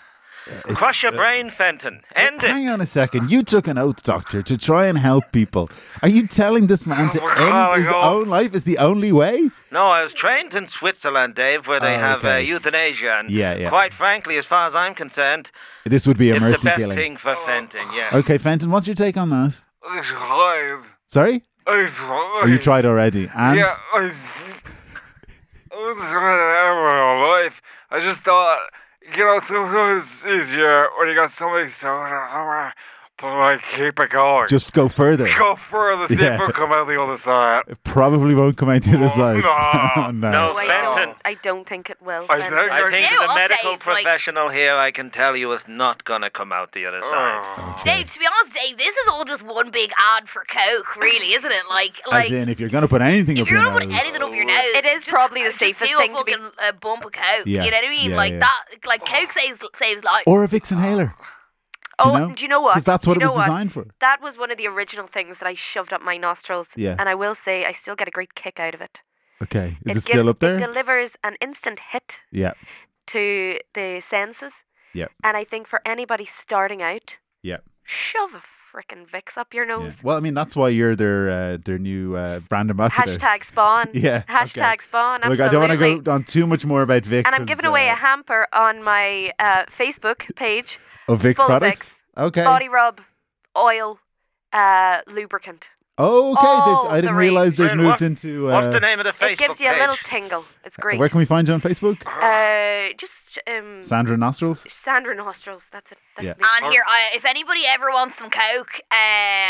Speaker 1: It's-
Speaker 3: Crush your
Speaker 1: uh,
Speaker 3: brain, Fenton. End it.
Speaker 1: Hang on a second. You took an oath, Doctor, to try and help people. Are you telling this man to
Speaker 5: Oh, we're calling
Speaker 1: end his
Speaker 5: off.
Speaker 1: own life is the only way?
Speaker 3: No, I was trained in Switzerland, Dave, where they
Speaker 1: Oh,
Speaker 3: have uh,
Speaker 1: okay.
Speaker 3: euthanasia. And
Speaker 1: Yeah, yeah.
Speaker 3: quite frankly, as far as I'm concerned,
Speaker 1: This would be a
Speaker 3: it's
Speaker 1: mercy
Speaker 3: the best
Speaker 1: killing.
Speaker 3: thing
Speaker 4: Oh.
Speaker 3: for Fenton, yeah.
Speaker 1: Okay, Fenton, what's your take on that?
Speaker 5: I tried.
Speaker 1: Sorry?
Speaker 5: I tried.
Speaker 1: Oh, you tried already. And
Speaker 5: Yeah, I. I was trying to have my whole life. I just thought, you know, sometimes it's easier when you got something so to like keep it going.
Speaker 1: just go further.
Speaker 5: go further, see
Speaker 1: Yeah.
Speaker 5: if it'll come out the other side.
Speaker 1: It probably won't come out the other
Speaker 5: Oh,
Speaker 1: side.
Speaker 5: no.
Speaker 1: no.
Speaker 4: Oh, I,
Speaker 3: Fenton.
Speaker 4: don't, I don't think it will.
Speaker 5: I
Speaker 4: Fenton.
Speaker 5: think-
Speaker 3: I think
Speaker 2: Ew,
Speaker 3: the
Speaker 2: Dave,
Speaker 3: medical
Speaker 2: like-
Speaker 3: professional here, I can tell you, is not going to come out the other side.
Speaker 5: Oh.
Speaker 1: Okay.
Speaker 2: Dave, to be honest, Dave, this is all just one big ad for Coke, really, isn't it? Like,
Speaker 1: As
Speaker 2: like
Speaker 1: in, if you're going to put anything
Speaker 2: if
Speaker 1: up
Speaker 2: you're
Speaker 1: your
Speaker 2: not putting
Speaker 1: nose.
Speaker 2: anything up your nose,
Speaker 4: It is
Speaker 2: just- uh,
Speaker 4: probably the
Speaker 2: just
Speaker 4: safest
Speaker 2: do
Speaker 4: thing
Speaker 2: a
Speaker 4: to be-
Speaker 2: fucking, uh, bump of Coke.
Speaker 1: Yeah,
Speaker 2: You know what I mean?
Speaker 1: yeah,
Speaker 2: like
Speaker 1: yeah.
Speaker 2: that, like Coke saves saves lives.
Speaker 1: or a Vicks inhaler.
Speaker 4: oh,
Speaker 1: you know?
Speaker 4: do you know what?
Speaker 1: Because that's what
Speaker 4: Do
Speaker 1: it
Speaker 4: you
Speaker 1: was
Speaker 4: know what?
Speaker 1: designed for.
Speaker 4: That was one of the original things that I shoved up my nostrils.
Speaker 1: Yeah.
Speaker 4: And I will say, I still get a great kick out of it.
Speaker 1: Okay. Is it,
Speaker 4: gives-
Speaker 1: still up there?
Speaker 4: It delivers an instant hit
Speaker 1: yeah.
Speaker 4: to the senses.
Speaker 1: Yep.
Speaker 4: And I think for anybody starting out,
Speaker 1: Yep.
Speaker 4: shove a frickin' Vicks up your
Speaker 1: yeah.
Speaker 4: nose.
Speaker 1: Well, I mean, that's why you're their uh, their new uh, brand ambassador.
Speaker 4: Hashtag spawn.
Speaker 1: Yeah, okay.
Speaker 4: Hashtag spawn.
Speaker 1: Look,
Speaker 4: Absolutely.
Speaker 1: I don't want to go on too much more about uh, Vicks.
Speaker 4: And I'm giving away a hamper on my uh, Facebook page.
Speaker 1: of Vicks
Speaker 4: full
Speaker 1: oh, products. Okay.
Speaker 4: Body rub, oil, uh, lubricant.
Speaker 1: oh, okay.
Speaker 4: all
Speaker 1: they've- I didn't
Speaker 4: the
Speaker 1: realize they've
Speaker 3: Well,
Speaker 1: moved
Speaker 3: what-
Speaker 1: into.
Speaker 3: What's
Speaker 1: Uh,
Speaker 3: the name of the Facebook
Speaker 4: it gives you a little
Speaker 3: page?
Speaker 4: tingle. It's great.
Speaker 1: where can we find you on Facebook?
Speaker 4: uh, just um,
Speaker 1: Sandra Nostrils.
Speaker 4: Sandra nostrils. That's it. That's
Speaker 1: Yeah.
Speaker 4: me.
Speaker 2: And here, I, if anybody ever wants some Coke, uh,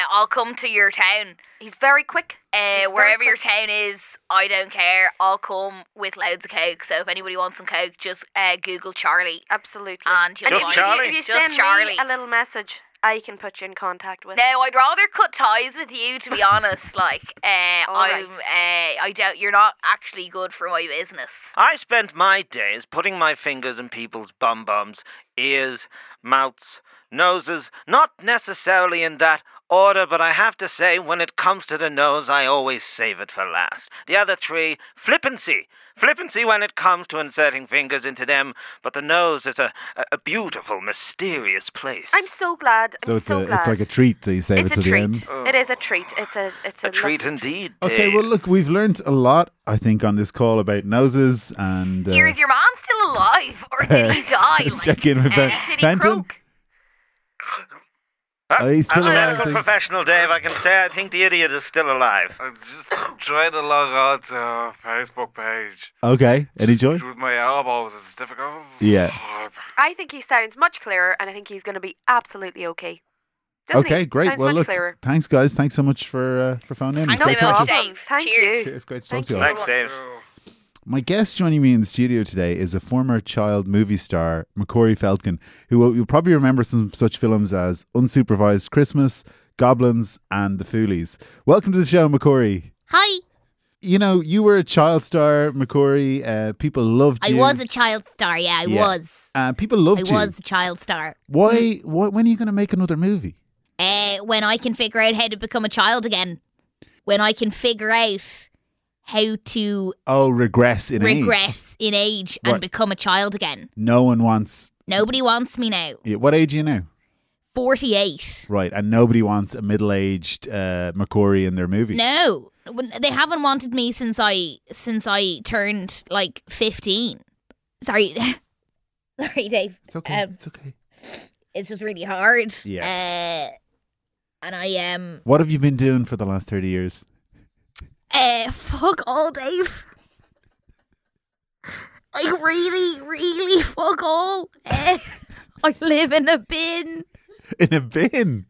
Speaker 2: I'll come to your town.
Speaker 4: He's very quick.
Speaker 2: Uh,
Speaker 4: very
Speaker 2: wherever your
Speaker 4: quick.
Speaker 2: town is, I don't care. I'll come with loads of Coke. So if anybody wants some Coke, just uh, Google Charlie.
Speaker 4: Absolutely.
Speaker 2: And you'll
Speaker 4: if
Speaker 3: Just
Speaker 4: you-
Speaker 2: find
Speaker 3: Charlie?
Speaker 2: me.
Speaker 4: if you
Speaker 2: Just
Speaker 4: send
Speaker 2: Charlie.
Speaker 4: me a little message, I can put you in contact with.
Speaker 2: Now I'd rather cut ties with you, to be honest. Like, uh,
Speaker 4: All right.
Speaker 2: I'm, uh, I doubt you're not actually good for my business.
Speaker 3: I spent my days putting my fingers in people's bum bums, ears, mouths, noses, not necessarily in that order, but I have to say, when it comes to the nose, I always save it for last. The other three, flippancy. Flippancy when it comes to inserting fingers into them, but the nose is a, a, a beautiful, mysterious place.
Speaker 4: I'm so glad. I'm
Speaker 1: So it's
Speaker 4: so
Speaker 1: a
Speaker 4: glad.
Speaker 1: it's like a treat. So you save
Speaker 4: It's
Speaker 1: it
Speaker 4: a
Speaker 1: to the
Speaker 4: treat.
Speaker 1: end.
Speaker 4: It is a treat. It's a it's a,
Speaker 3: Oh. a treat
Speaker 4: lovely-
Speaker 3: indeed.
Speaker 1: Okay,
Speaker 3: Dave.
Speaker 1: well, look, we've learnt a lot, I think, on this call about noses and. Uh,
Speaker 2: Here's your man still alive, or did he die?
Speaker 1: Let's
Speaker 2: Like,
Speaker 1: check in with
Speaker 2: uh,
Speaker 1: Fen-
Speaker 2: did he
Speaker 1: Fenton?
Speaker 2: croak?
Speaker 3: Ah,
Speaker 1: Oh, he's still
Speaker 3: I'm a
Speaker 1: alive,
Speaker 3: medical
Speaker 1: Dave.
Speaker 3: professional, Dave. I can say I think the idiot is still alive.
Speaker 5: I'm just trying to log on to our Facebook page.
Speaker 1: Okay, any joy?
Speaker 5: With my elbows, it's difficult.
Speaker 1: Yeah.
Speaker 4: I think he sounds much clearer, and I think he's going to be absolutely okay. Doesn't
Speaker 1: okay,
Speaker 4: he?
Speaker 1: great.
Speaker 4: Sounds
Speaker 1: well,
Speaker 4: much
Speaker 1: look,
Speaker 4: clearer.
Speaker 1: thanks, guys. Thanks so much for uh, for phoning in. It's
Speaker 2: I know
Speaker 1: great
Speaker 2: they
Speaker 1: to
Speaker 2: will
Speaker 1: talk to you.
Speaker 2: stay.
Speaker 4: Problem. Thank
Speaker 2: Cheers.
Speaker 4: you.
Speaker 1: It's great to talk
Speaker 4: Thank
Speaker 1: to you.
Speaker 4: you.
Speaker 1: all.
Speaker 3: Thanks, Dave.
Speaker 5: Oh,
Speaker 1: My guest joining me in the studio today is a former child movie star, Macquarie Felkin, who you'll probably remember some such films as Unsupervised Christmas, Goblins, and The Foolies. Welcome to the show, Macquarie.
Speaker 6: Hi,
Speaker 1: You know, you were a child star, Macquarie. Uh, people loved
Speaker 6: I
Speaker 1: you.
Speaker 6: was a child star. Yeah, I
Speaker 1: Yeah.
Speaker 6: was.
Speaker 1: Uh, people loved
Speaker 6: I
Speaker 1: you.
Speaker 6: was a child star.
Speaker 1: Why, why? When are you going to make another movie?
Speaker 6: Uh, when I can figure out how to become a child again, when I can figure out how to
Speaker 1: Oh, regress in age.
Speaker 6: regress in age and
Speaker 1: Right.
Speaker 6: become a child again.
Speaker 1: No one wants.
Speaker 6: Nobody wants me now.
Speaker 1: yeah, What age are you now?
Speaker 6: 48.
Speaker 1: Right, and nobody wants a middle-aged uh, Macquarie in their movie.
Speaker 6: No. When- They haven't wanted me since I since I turned like 15. Sorry. Sorry, Dave.
Speaker 1: It's okay.
Speaker 6: Um,
Speaker 1: it's okay.
Speaker 6: It's just really hard.
Speaker 1: Yeah.
Speaker 6: Uh, and I um
Speaker 1: What have you been doing for the last thirty years?
Speaker 6: Uh, fuck all, Dave. Like, really, really, fuck all. Eh, I live in a bin.
Speaker 1: In a bin.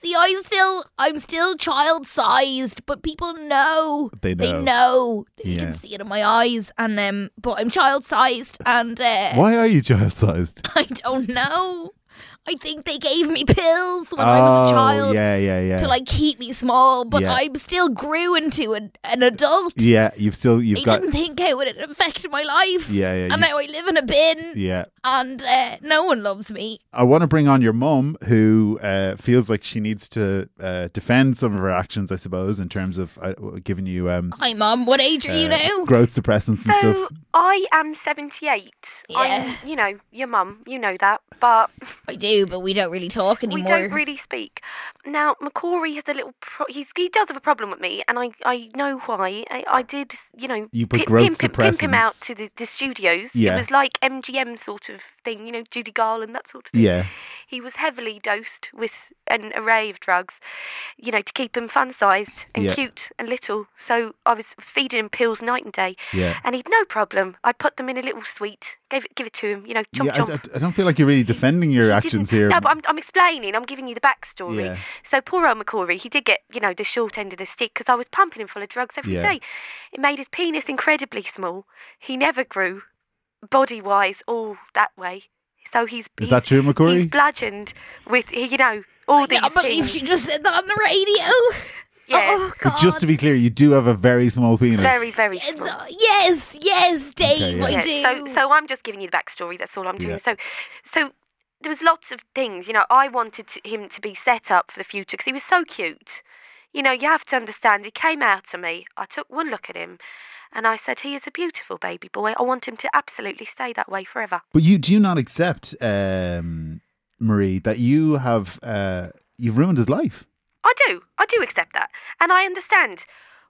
Speaker 6: See, I still, I'm still child-sized, but people know.
Speaker 1: They know.
Speaker 6: They know. You
Speaker 1: Yeah.
Speaker 6: can see it in my eyes, and um, but I'm child-sized, and uh,
Speaker 1: Why are you child-sized?
Speaker 6: I don't know. I think they gave me pills when I was a
Speaker 1: Oh,
Speaker 6: child
Speaker 1: Yeah, yeah, yeah.
Speaker 6: to like keep me small, but
Speaker 1: Yeah.
Speaker 6: I still grew into an, an adult.
Speaker 1: yeah, you've still you've
Speaker 6: I
Speaker 1: got
Speaker 6: didn't think how it would affect my life.
Speaker 1: yeah, yeah,
Speaker 6: And
Speaker 1: you-
Speaker 6: now I live in a bin
Speaker 1: yeah.
Speaker 6: and uh, no one loves me.
Speaker 1: I want to bring on your mum, who uh, feels like she needs to uh, defend some of her actions, I suppose, in terms of uh, giving you um,
Speaker 6: Hi, Mum. What age are you
Speaker 1: uh,
Speaker 6: now?
Speaker 1: growth suppressants and
Speaker 4: So
Speaker 1: stuff.
Speaker 4: I am seventy-eiat.
Speaker 6: Yeah.
Speaker 4: I'm, you know, your mum. You know that, but
Speaker 6: I do, but we don't really talk anymore.
Speaker 4: We don't really speak. Now, McCory has a little. Pro- he's, he does have a problem with me, and I, I know why. I, I did, you know,
Speaker 1: You put
Speaker 4: pimp,
Speaker 1: growth
Speaker 4: pimp, him- pimp him out
Speaker 1: suppressants.
Speaker 4: to the, the studios.
Speaker 1: Yeah.
Speaker 4: It was like MGM sort of thing, you know, Judy Garland, that sort of thing.
Speaker 1: Yeah,
Speaker 4: He was heavily dosed with an array of drugs, you know, to keep him fun sized and
Speaker 1: Yeah.
Speaker 4: cute and little. So I was feeding him pills night and day,
Speaker 1: yeah.
Speaker 4: and he'd no problem. I put them in a little sweet, gave it, give it to him, you know, chomp
Speaker 1: yeah I,
Speaker 4: chomp.
Speaker 1: I- I don't feel like you're really defending your
Speaker 4: He
Speaker 1: actions
Speaker 4: didn't-
Speaker 1: here.
Speaker 4: No, but I'm, I'm explaining. I'm giving you the backstory.
Speaker 1: Yeah.
Speaker 4: So poor old McCory, he did get, you know, the short end of the stick because I was pumping him full of drugs every day.
Speaker 1: Yeah.
Speaker 4: It made his penis incredibly small. He never grew body-wise all that way. So he's...
Speaker 1: Is
Speaker 4: he's-
Speaker 1: that true,
Speaker 4: He's
Speaker 1: McCory?
Speaker 4: bludgeoned with, you know, all
Speaker 6: I
Speaker 4: these
Speaker 6: can't believe
Speaker 4: things.
Speaker 6: she just said that on the radio.
Speaker 4: Yeah,
Speaker 6: Oh, God.
Speaker 1: But just to be clear, you do have a very small penis.
Speaker 4: very, very
Speaker 6: Yes,
Speaker 4: small.
Speaker 6: uh, yes, yes, Dave,
Speaker 1: yeah.
Speaker 6: I
Speaker 4: Yeah,
Speaker 6: do.
Speaker 4: So, so I'm just giving you the backstory. That's all I'm doing.
Speaker 1: Yeah.
Speaker 4: So, so there was lots of things. You know, I wanted to, him to be set up for the future because he was so cute. You know, you have to understand. He came out to me. I took one look at him, and I said, "He is a beautiful baby boy. I want him to absolutely stay that way forever."
Speaker 1: But you do not accept, um, Marie, that you have uh, you've ruined his life.
Speaker 4: I do. I do accept that. And I understand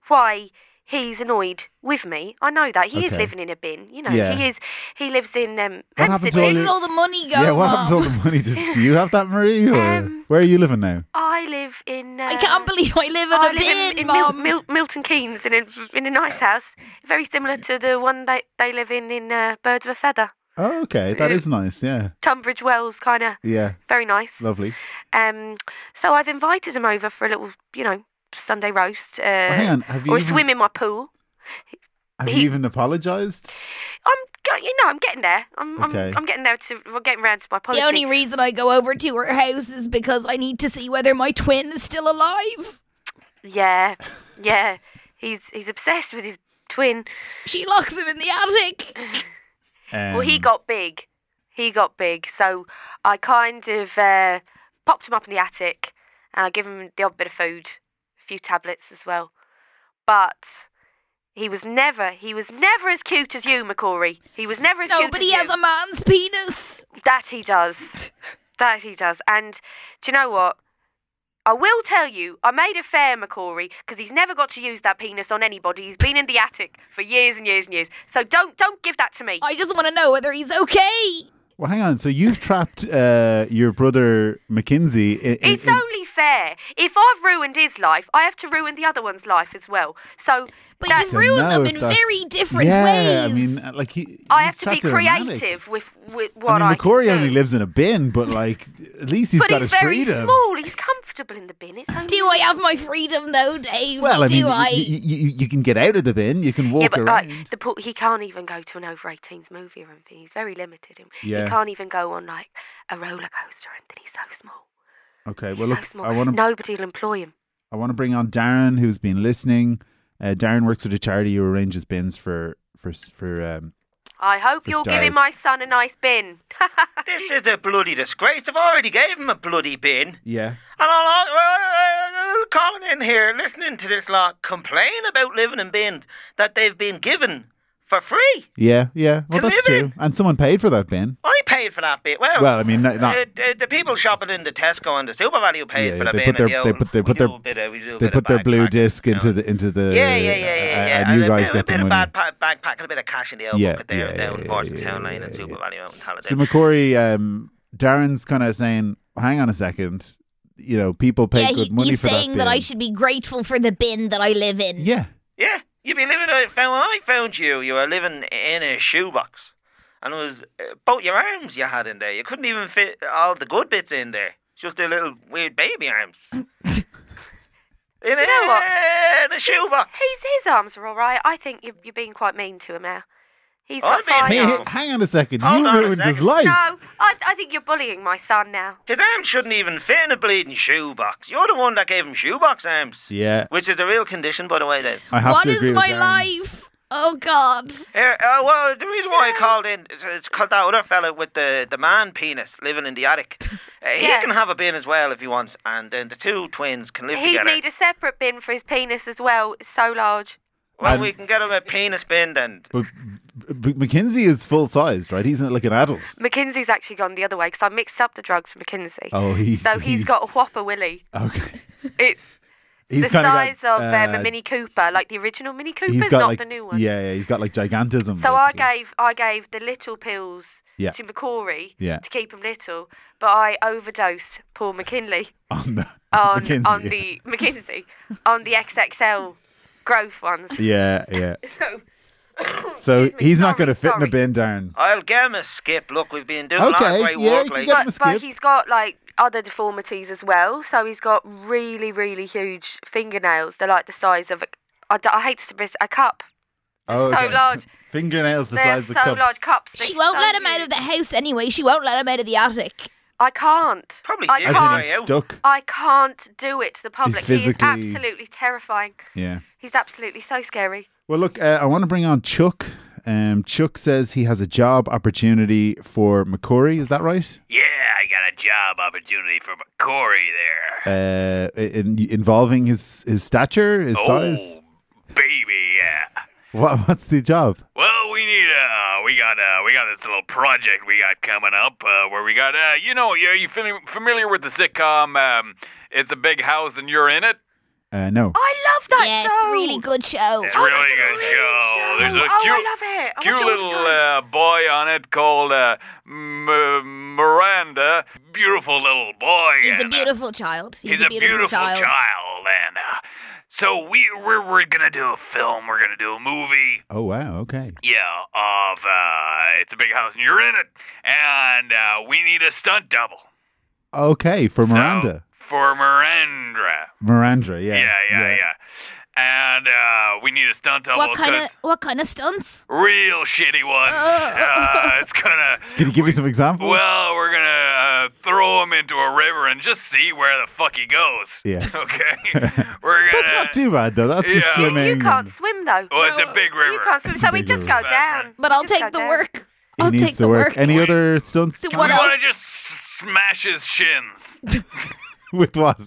Speaker 4: why he's annoyed with me. I know that. He is
Speaker 1: Okay.
Speaker 4: living in a bin, you know.
Speaker 1: Yeah.
Speaker 4: He is he lives in um
Speaker 1: What happened to
Speaker 4: Hampstead.
Speaker 1: all
Speaker 6: Where did
Speaker 1: you-
Speaker 6: all the money go,
Speaker 1: yeah, what
Speaker 6: Mum?
Speaker 1: happened to all the money? Does, do you have that, Marie? Or
Speaker 4: Um,
Speaker 1: where are you living now?
Speaker 4: I live in uh,
Speaker 6: I can't believe I live in
Speaker 4: I
Speaker 6: a
Speaker 4: live
Speaker 6: bin,
Speaker 4: in, in Mil-
Speaker 6: Mum.
Speaker 4: Mil- Milton Keynes in a, in a nice house, very similar to the one they, they live in in uh, Birds of a Feather,
Speaker 1: Oh, okay, that
Speaker 4: Uh,
Speaker 1: is nice. Yeah,
Speaker 4: Tunbridge Wells, kind of
Speaker 1: yeah,
Speaker 4: very nice.
Speaker 1: lovely.
Speaker 4: Um, so I've invited him over for a little, you know, Sunday roast uh,
Speaker 1: Well, hang on, have you
Speaker 4: or a
Speaker 1: even,
Speaker 4: swim in my pool.
Speaker 1: Have you
Speaker 4: he-
Speaker 1: even apologized?
Speaker 4: I'm, go- you know, I'm getting there. I'm,
Speaker 1: Okay.
Speaker 4: I'm, I'm getting there to, we're getting round to my
Speaker 6: The
Speaker 4: politics.
Speaker 6: only reason I go over to her house is because I need to see whether my twin is still alive.
Speaker 4: Yeah, yeah. He's he's obsessed with his twin.
Speaker 6: She locks him in the attic.
Speaker 1: Um,
Speaker 4: Well, he got big. He got big. So I kind of uh, popped him up in the attic and I give him the odd bit of food, a few tablets as well. But he was never, he was never as cute as you, McCory. He was never as
Speaker 6: No,
Speaker 4: cute
Speaker 6: but
Speaker 4: as
Speaker 6: he
Speaker 4: you.
Speaker 6: has a man's penis.
Speaker 4: That he does. that he does. And do you know what? I will tell you, I made a fair McCory because he's never got to use that penis on anybody. He's been in the attic for years and years and years. So don't don't give that to me.
Speaker 6: I just want to know whether he's okay.
Speaker 1: Well, hang on. So you've trapped uh, your brother Mackenzie. In, in,
Speaker 4: It's only fair. If I've ruined his life, I have to ruin the other one's life as well. So
Speaker 6: But
Speaker 4: that,
Speaker 6: you've ruined them in very different
Speaker 1: yeah,
Speaker 6: ways.
Speaker 1: I mean, uh, like he.
Speaker 4: I
Speaker 1: he's
Speaker 4: have to be
Speaker 1: trapped in an attic.
Speaker 4: creative with, with
Speaker 1: I
Speaker 4: what
Speaker 1: mean,
Speaker 4: I, can
Speaker 1: McCory
Speaker 4: do.
Speaker 1: only lives in a bin, but like at least he's
Speaker 4: but
Speaker 1: got
Speaker 4: he's
Speaker 1: his
Speaker 4: very
Speaker 1: freedom.
Speaker 4: small. He's comfortable in the bin. It's only
Speaker 6: do I have my freedom though, Dave?
Speaker 1: Well, I
Speaker 6: do
Speaker 1: mean,
Speaker 6: I?
Speaker 1: You, you, you, you can get out of the bin. You can walk
Speaker 4: yeah, but uh,
Speaker 1: around.
Speaker 4: like the poor, he can't even go to an over 18s movie or anything. He's very limited. and
Speaker 1: Yeah.
Speaker 4: He can't even go on like a roller coaster or anything. He's so small.
Speaker 1: okay.
Speaker 4: He's
Speaker 1: Well,
Speaker 4: so
Speaker 1: look,
Speaker 4: small.
Speaker 1: I want to
Speaker 4: Nobody will employ him.
Speaker 1: I want to bring on Darren, who's been listening. Uh, Darren works with a charity who arranges bins for for s- for. Um,
Speaker 4: I hope
Speaker 1: For
Speaker 4: you're giving my
Speaker 1: stars.
Speaker 4: son a nice bin.
Speaker 3: This is a bloody disgrace. I've already gave him a bloody bin.
Speaker 1: yeah,
Speaker 3: And all I, uh, uh, calling in here, listening to this lot complain about living in bins that they've been given for free.
Speaker 1: yeah, yeah. Well,
Speaker 3: To
Speaker 1: that's
Speaker 3: live
Speaker 1: true.
Speaker 3: in.
Speaker 1: And someone paid for that bin.
Speaker 3: I paid for that bit. Well,
Speaker 1: Well, I mean, no- not-
Speaker 3: uh, the, the people shopping in the Tesco and the Super Value paid
Speaker 1: Yeah,
Speaker 3: for the
Speaker 1: they
Speaker 3: bin.
Speaker 1: put their-
Speaker 3: and the
Speaker 1: they
Speaker 3: old-
Speaker 1: put- they
Speaker 3: we
Speaker 1: put their-
Speaker 3: do a bit of- we do a
Speaker 1: They
Speaker 3: bit of
Speaker 1: put their blue
Speaker 3: backpacking,
Speaker 1: disc
Speaker 3: you know.
Speaker 1: into the into the.
Speaker 3: Yeah, yeah, yeah, yeah. yeah.
Speaker 1: I, I knew
Speaker 3: a
Speaker 1: you guys
Speaker 3: bit,
Speaker 1: got
Speaker 3: a bit
Speaker 1: the
Speaker 3: of
Speaker 1: money.
Speaker 3: bad pa- backpack and a bit of cash in the old
Speaker 1: Yeah,
Speaker 3: bucket there,
Speaker 1: yeah,
Speaker 3: down
Speaker 1: yeah,
Speaker 3: in Portage
Speaker 1: yeah,
Speaker 3: Town Lane
Speaker 1: yeah,
Speaker 3: and Super
Speaker 1: yeah.
Speaker 3: Value out in Halliday.
Speaker 1: So McCory, um, Darren's kind of saying, "Hang on a second, you know, people pay
Speaker 6: yeah,
Speaker 1: good
Speaker 6: he-
Speaker 1: money
Speaker 6: he's
Speaker 1: for
Speaker 6: saying
Speaker 1: that."
Speaker 6: that, I
Speaker 1: bin.
Speaker 6: should be grateful for the bin that I live in.
Speaker 1: Yeah,
Speaker 3: Yeah, you've been living. I found I found you. You were living in a shoebox, and it was uh, both your arms you had in there. You couldn't even fit all the good bits in there. Just the little weird baby arms. in, a,
Speaker 4: know what?
Speaker 3: in a shoebox.
Speaker 4: He's, his arms are all right. I think you're, you're being quite mean to him now. He's
Speaker 3: I
Speaker 4: got
Speaker 3: mean,
Speaker 4: five.
Speaker 1: Hey,
Speaker 3: Hang
Speaker 1: hey,
Speaker 3: on.
Speaker 1: hang on a second.
Speaker 3: Hold
Speaker 1: you
Speaker 3: on a
Speaker 1: ruined his
Speaker 3: second.
Speaker 1: life.
Speaker 4: No, I, I think you're bullying my son now.
Speaker 3: His arms shouldn't even fit in a bleeding shoebox. You're the one that gave him shoebox arms.
Speaker 1: Yeah,
Speaker 3: Which is a real condition, by the way, Dave.
Speaker 1: I have
Speaker 6: What
Speaker 1: to
Speaker 6: is
Speaker 1: agree with
Speaker 6: my
Speaker 1: Aaron.
Speaker 6: life? Oh God.
Speaker 3: Here, uh, well, the reason why I called in is it's called that other fella with the, the man penis living in the attic. Uh,
Speaker 4: Yeah.
Speaker 3: He can have a bin as well if he wants, and then the two twins can live
Speaker 4: He'd
Speaker 3: together.
Speaker 4: need a separate bin for his penis as well. It's so large.
Speaker 3: well,
Speaker 1: Um,
Speaker 3: we can get him a penis bin then.
Speaker 1: But, but McKinsey is full sized, right? He's not like an adult.
Speaker 4: Mackenzie's actually gone the other way because I mixed up the drugs for Mackenzie.
Speaker 1: Oh, he.
Speaker 4: So he's
Speaker 1: he-
Speaker 4: got a whopper willy.
Speaker 1: Okay.
Speaker 4: It's
Speaker 1: He's
Speaker 4: the
Speaker 1: kind
Speaker 4: size
Speaker 1: got,
Speaker 4: of um,
Speaker 1: uh,
Speaker 4: a Mini Cooper, like the original Mini Cooper's,
Speaker 1: He's got
Speaker 4: not
Speaker 1: like
Speaker 4: the new one.
Speaker 1: yeah, yeah, he's got like gigantism.
Speaker 4: So I
Speaker 1: basically.
Speaker 4: gave I gave the little pills
Speaker 1: Yeah.
Speaker 4: to McCory
Speaker 1: Yeah.
Speaker 4: to keep him little, but I overdosed Paul McKinley
Speaker 1: on the
Speaker 4: on
Speaker 1: McKinsey.
Speaker 4: on the McKinsey on the XXL growth ones.
Speaker 1: yeah, yeah.
Speaker 4: So
Speaker 1: So
Speaker 4: Excuse me,
Speaker 1: he's not
Speaker 4: sorry,
Speaker 1: going to fit in
Speaker 4: sorry.
Speaker 1: a bin, Darren.
Speaker 3: I'll get him a skip. Look, we've been doing a lot of
Speaker 1: Okay,
Speaker 3: great
Speaker 1: yeah,
Speaker 3: work
Speaker 1: you
Speaker 3: lately.
Speaker 1: get- him a
Speaker 4: But, but
Speaker 1: skip.
Speaker 4: he's got like other deformities as well. So he's got really really huge fingernails. They're like the size of a, I, d- I hate to submit a cup.
Speaker 1: Oh,
Speaker 4: So large.
Speaker 1: Fingernails the
Speaker 4: They're
Speaker 1: size
Speaker 4: so
Speaker 1: of cups.
Speaker 4: large cups.
Speaker 6: She
Speaker 4: They're
Speaker 6: won't
Speaker 4: so
Speaker 6: let him out
Speaker 4: huge.
Speaker 6: of the house anyway. She won't let him out of the attic.
Speaker 4: I can't.
Speaker 3: Probably
Speaker 4: I
Speaker 3: do.
Speaker 1: As
Speaker 4: can't.
Speaker 1: in,
Speaker 3: Sorry,
Speaker 1: he's
Speaker 3: out.
Speaker 1: stuck.
Speaker 4: I can't do it to the public.
Speaker 1: physically-
Speaker 4: He is absolutely terrifying.
Speaker 1: Yeah.
Speaker 4: He's absolutely so scary.
Speaker 1: Well, look, uh, I want to bring on Chuck. Um, Chuck says he has a job opportunity for McCory. Is that right?
Speaker 7: Yeah, I got a job opportunity for Corey there.
Speaker 1: Uh, in, involving his his stature, his size.
Speaker 7: Oh, baby, yeah.
Speaker 1: What, what's the job?
Speaker 7: Well, we need uh, we got uh, we got this little project we got coming up uh, where we got uh, you know, are you fami- familiar with the sitcom? Um, it's a big house and you're in it.
Speaker 1: Uh, no.
Speaker 4: I love that
Speaker 6: yeah,
Speaker 4: show.
Speaker 6: it's a really good show.
Speaker 7: It's
Speaker 4: Oh,
Speaker 7: really
Speaker 4: it's a
Speaker 7: good
Speaker 4: really
Speaker 7: show. There's a
Speaker 4: oh,
Speaker 7: cute,
Speaker 4: I love it. I watch it
Speaker 7: cute
Speaker 4: all the
Speaker 7: little
Speaker 4: time.
Speaker 7: uh, boy on it called uh, M- Miranda. Beautiful little boy.
Speaker 6: He's a
Speaker 7: and, uh,
Speaker 6: beautiful child. He's,
Speaker 7: He's, a beautiful, child. and uh, so we we're, we're gonna do a film. We're gonna do a movie.
Speaker 1: Oh wow. Okay.
Speaker 7: Yeah, of uh, it's a big house and you're in it, and uh, we need a stunt double
Speaker 1: Okay for
Speaker 7: So,
Speaker 1: Miranda.
Speaker 7: for Miranda.
Speaker 1: Miranda. Yeah.
Speaker 7: Yeah, yeah, yeah. And uh, we need a stunt double.
Speaker 6: What kind
Speaker 7: 'cause
Speaker 6: of what kind of stunts?
Speaker 7: real shitty ones?
Speaker 6: Oh.
Speaker 7: uh, it's gonna.
Speaker 1: Can you give me some examples?
Speaker 7: Well, we're gonna uh, throw him into a river and just see where the fuck he goes.
Speaker 1: Yeah.
Speaker 7: Okay. we're gonna.
Speaker 1: That's not too bad though. That's just
Speaker 7: Yeah. You
Speaker 1: swimming.
Speaker 4: You can't
Speaker 1: and
Speaker 4: swim though.
Speaker 7: well, Oh, it's
Speaker 6: No,
Speaker 7: a big river.
Speaker 4: You can't swim,
Speaker 1: It's a
Speaker 4: so we
Speaker 1: big
Speaker 4: just
Speaker 1: river.
Speaker 4: go down.
Speaker 6: But I'll
Speaker 4: Just
Speaker 6: take the
Speaker 4: go down.
Speaker 6: work.
Speaker 1: he
Speaker 6: I'll
Speaker 1: needs
Speaker 6: take
Speaker 1: to
Speaker 6: the
Speaker 1: work.
Speaker 6: work.
Speaker 1: Any other stunts?
Speaker 6: So
Speaker 1: Cam?
Speaker 6: what
Speaker 7: we
Speaker 6: else?
Speaker 7: want to just s- smash his shins.
Speaker 1: With what?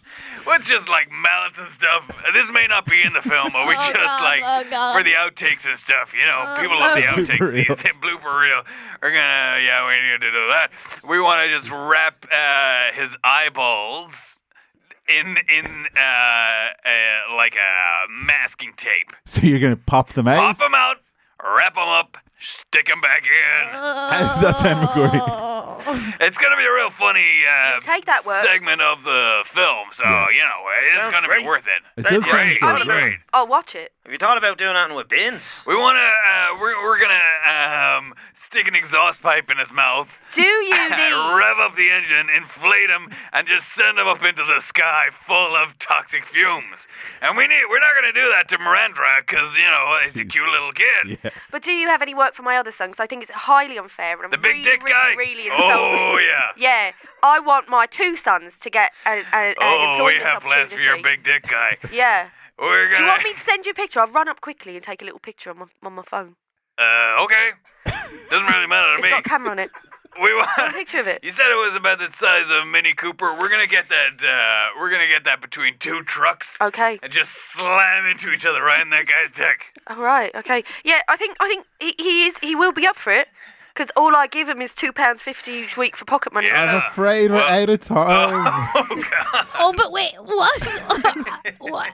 Speaker 7: Well, it's just like mallets and stuff. This may not be in the film, but we
Speaker 6: Oh,
Speaker 7: just
Speaker 6: God,
Speaker 7: like
Speaker 6: oh, God.
Speaker 7: for the outtakes and stuff. You know,
Speaker 6: Oh,
Speaker 7: people love the
Speaker 1: no.
Speaker 7: outtakes.
Speaker 1: Blooper
Speaker 7: The,
Speaker 1: reels.
Speaker 7: the blooper reel. We're gonna, yeah, we need to do that. We want to just wrap uh, his eyeballs in in uh, uh, like a masking tape.
Speaker 1: So you're gonna pop them out?
Speaker 7: Pop them out, wrap them up, stick them back in.
Speaker 1: How does that sound, McCory?
Speaker 6: Oh.
Speaker 7: It's gonna be a real funny uh,
Speaker 4: You take that work.
Speaker 7: segment of the film. So
Speaker 1: Yeah.
Speaker 7: you know,
Speaker 3: Sounds
Speaker 7: it's gonna
Speaker 3: great.
Speaker 7: be worth it.
Speaker 1: It does sound
Speaker 7: great.
Speaker 1: good.
Speaker 7: That'd be
Speaker 1: yeah.
Speaker 7: great.
Speaker 4: I'll watch it.
Speaker 3: Have you thought about doing that with bins?
Speaker 7: We want to. Uh, we're we're gonna um, stick an exhaust pipe in his mouth,
Speaker 4: Do you need?
Speaker 7: rev up the engine, inflate him, and just send him up into the sky full of toxic fumes. And we need. We're not gonna do that to Miranda because you know he's a
Speaker 1: He's-
Speaker 7: cute little kid.
Speaker 1: Yeah.
Speaker 4: But do you have any work for my other son? 'Cause I think it's highly unfair. And I'm
Speaker 7: The big
Speaker 4: really,
Speaker 7: dick
Speaker 4: really,
Speaker 7: guy.
Speaker 4: Really insulted.
Speaker 7: oh yeah.
Speaker 4: Yeah, I want my two sons to get an, an
Speaker 7: Oh, we
Speaker 4: employment
Speaker 7: have plans for your
Speaker 4: opportunity.
Speaker 7: big dick guy.
Speaker 4: Yeah.
Speaker 7: We're
Speaker 4: Do
Speaker 7: gonna.
Speaker 4: you want me to send you a picture? I'll run up quickly and take a little picture on my, on my phone.
Speaker 7: Uh, okay. Doesn't really matter to
Speaker 4: It's
Speaker 7: me.
Speaker 4: got a camera on it.
Speaker 7: We
Speaker 4: Got a
Speaker 7: want.
Speaker 4: picture of it.
Speaker 7: You said it was about the size of a Mini Cooper. We're gonna get that. Uh, we're gonna get that between two trucks
Speaker 4: Okay.
Speaker 7: and just slam into each other right in that guy's dick.
Speaker 4: All right. Okay. Yeah. I think I think he, he is he will be up for it because all I give him is two pounds fifty each week for pocket money.
Speaker 7: Yeah.
Speaker 1: I'm afraid we're
Speaker 7: Well-
Speaker 1: out of time.
Speaker 7: Oh god!
Speaker 6: Oh, but wait, what? what?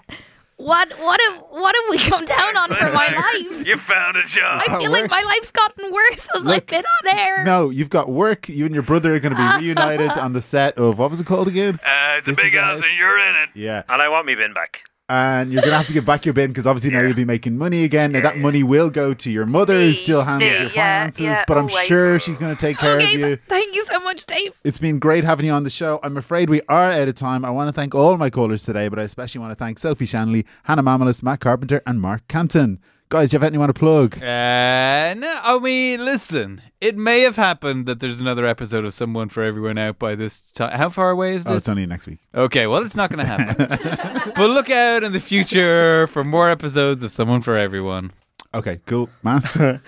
Speaker 6: What? What have What have we come down on for my life?
Speaker 7: You found a job.
Speaker 6: I feel like my life's gotten worse as
Speaker 1: Look,
Speaker 6: I've been on
Speaker 2: uh,
Speaker 6: air.
Speaker 1: no, you've got work. You and your brother are going to be reunited on the set of what was it called again?
Speaker 7: Uh, it's a
Speaker 1: This is
Speaker 7: big house,
Speaker 1: nice.
Speaker 7: and you're in it.
Speaker 1: Yeah,
Speaker 3: And I want me bin back.
Speaker 1: and you're going to have to give back your bin because obviously now you'll be making money again. Now that money will go to your mother, who
Speaker 4: Me,
Speaker 1: still handles
Speaker 4: me,
Speaker 1: your
Speaker 4: yeah,
Speaker 1: finances.
Speaker 4: yeah,
Speaker 1: but I'm
Speaker 4: always.
Speaker 1: sure she's going to take care
Speaker 6: okay,
Speaker 1: of you.
Speaker 6: th- thank you so much, Dave.
Speaker 1: It's been great having you on the show. I'm afraid we are out of time. I want to thank all my callers today, but I especially want to thank Sophie Shanley, Hannah Mamelis, Matt Carpenter, and Mark Canton. Guys, do you have anything you want to plug?
Speaker 8: Uh, no, I mean, listen. It may have happened that there's another episode of Someone for Everyone out by this time. How far away is this?
Speaker 1: Oh, it's only next week.
Speaker 8: Okay, well, it's not going to happen. but look out in the future for more episodes of Someone for Everyone.
Speaker 1: Okay, cool. Matt?
Speaker 3: Uh,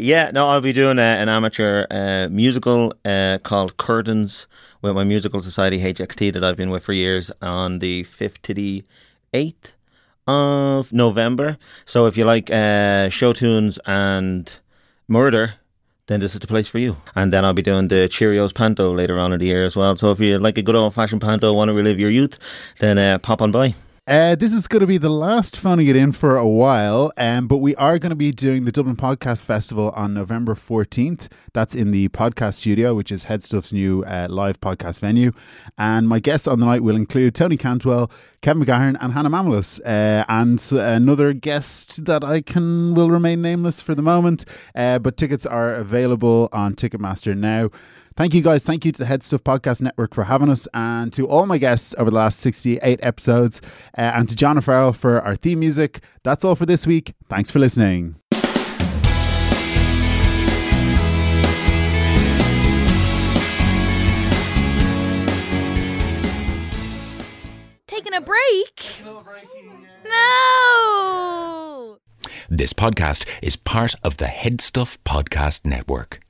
Speaker 3: yeah, no, I'll be doing uh an amateur uh, musical uh, called Curtains with my musical society HXT that I've been with for years on the 5th to the 8th of November. So if you like uh, show tunes and murder, then this is the place for you. And then I'll be doing the Cheerios Panto later on in the year as well. So if you like a good old fashioned Panto, want to relive your youth, then uh, pop on by.
Speaker 1: Uh, this is going to be the last Phoning It In for a while, um, but we are going to be doing the Dublin Podcast Festival on November 14th. That's in the podcast studio, which is Headstuff's new uh, live podcast venue. And my guests on the night will include Tony Cantwell, Kevin McGahern, and Hannah Mamelis, uh, and another guest that I can will remain nameless for the moment. Uh, but tickets are available on Ticketmaster now. Thank you guys. Thank you to the Head Stuff Podcast Network for having us and to all my guests over the last 68 episodes uh, and to John O'Farrell for our theme music. That's all for this week. Thanks for listening.
Speaker 2: Taking a break? No!
Speaker 9: This podcast is part of the Headstuff Podcast Network.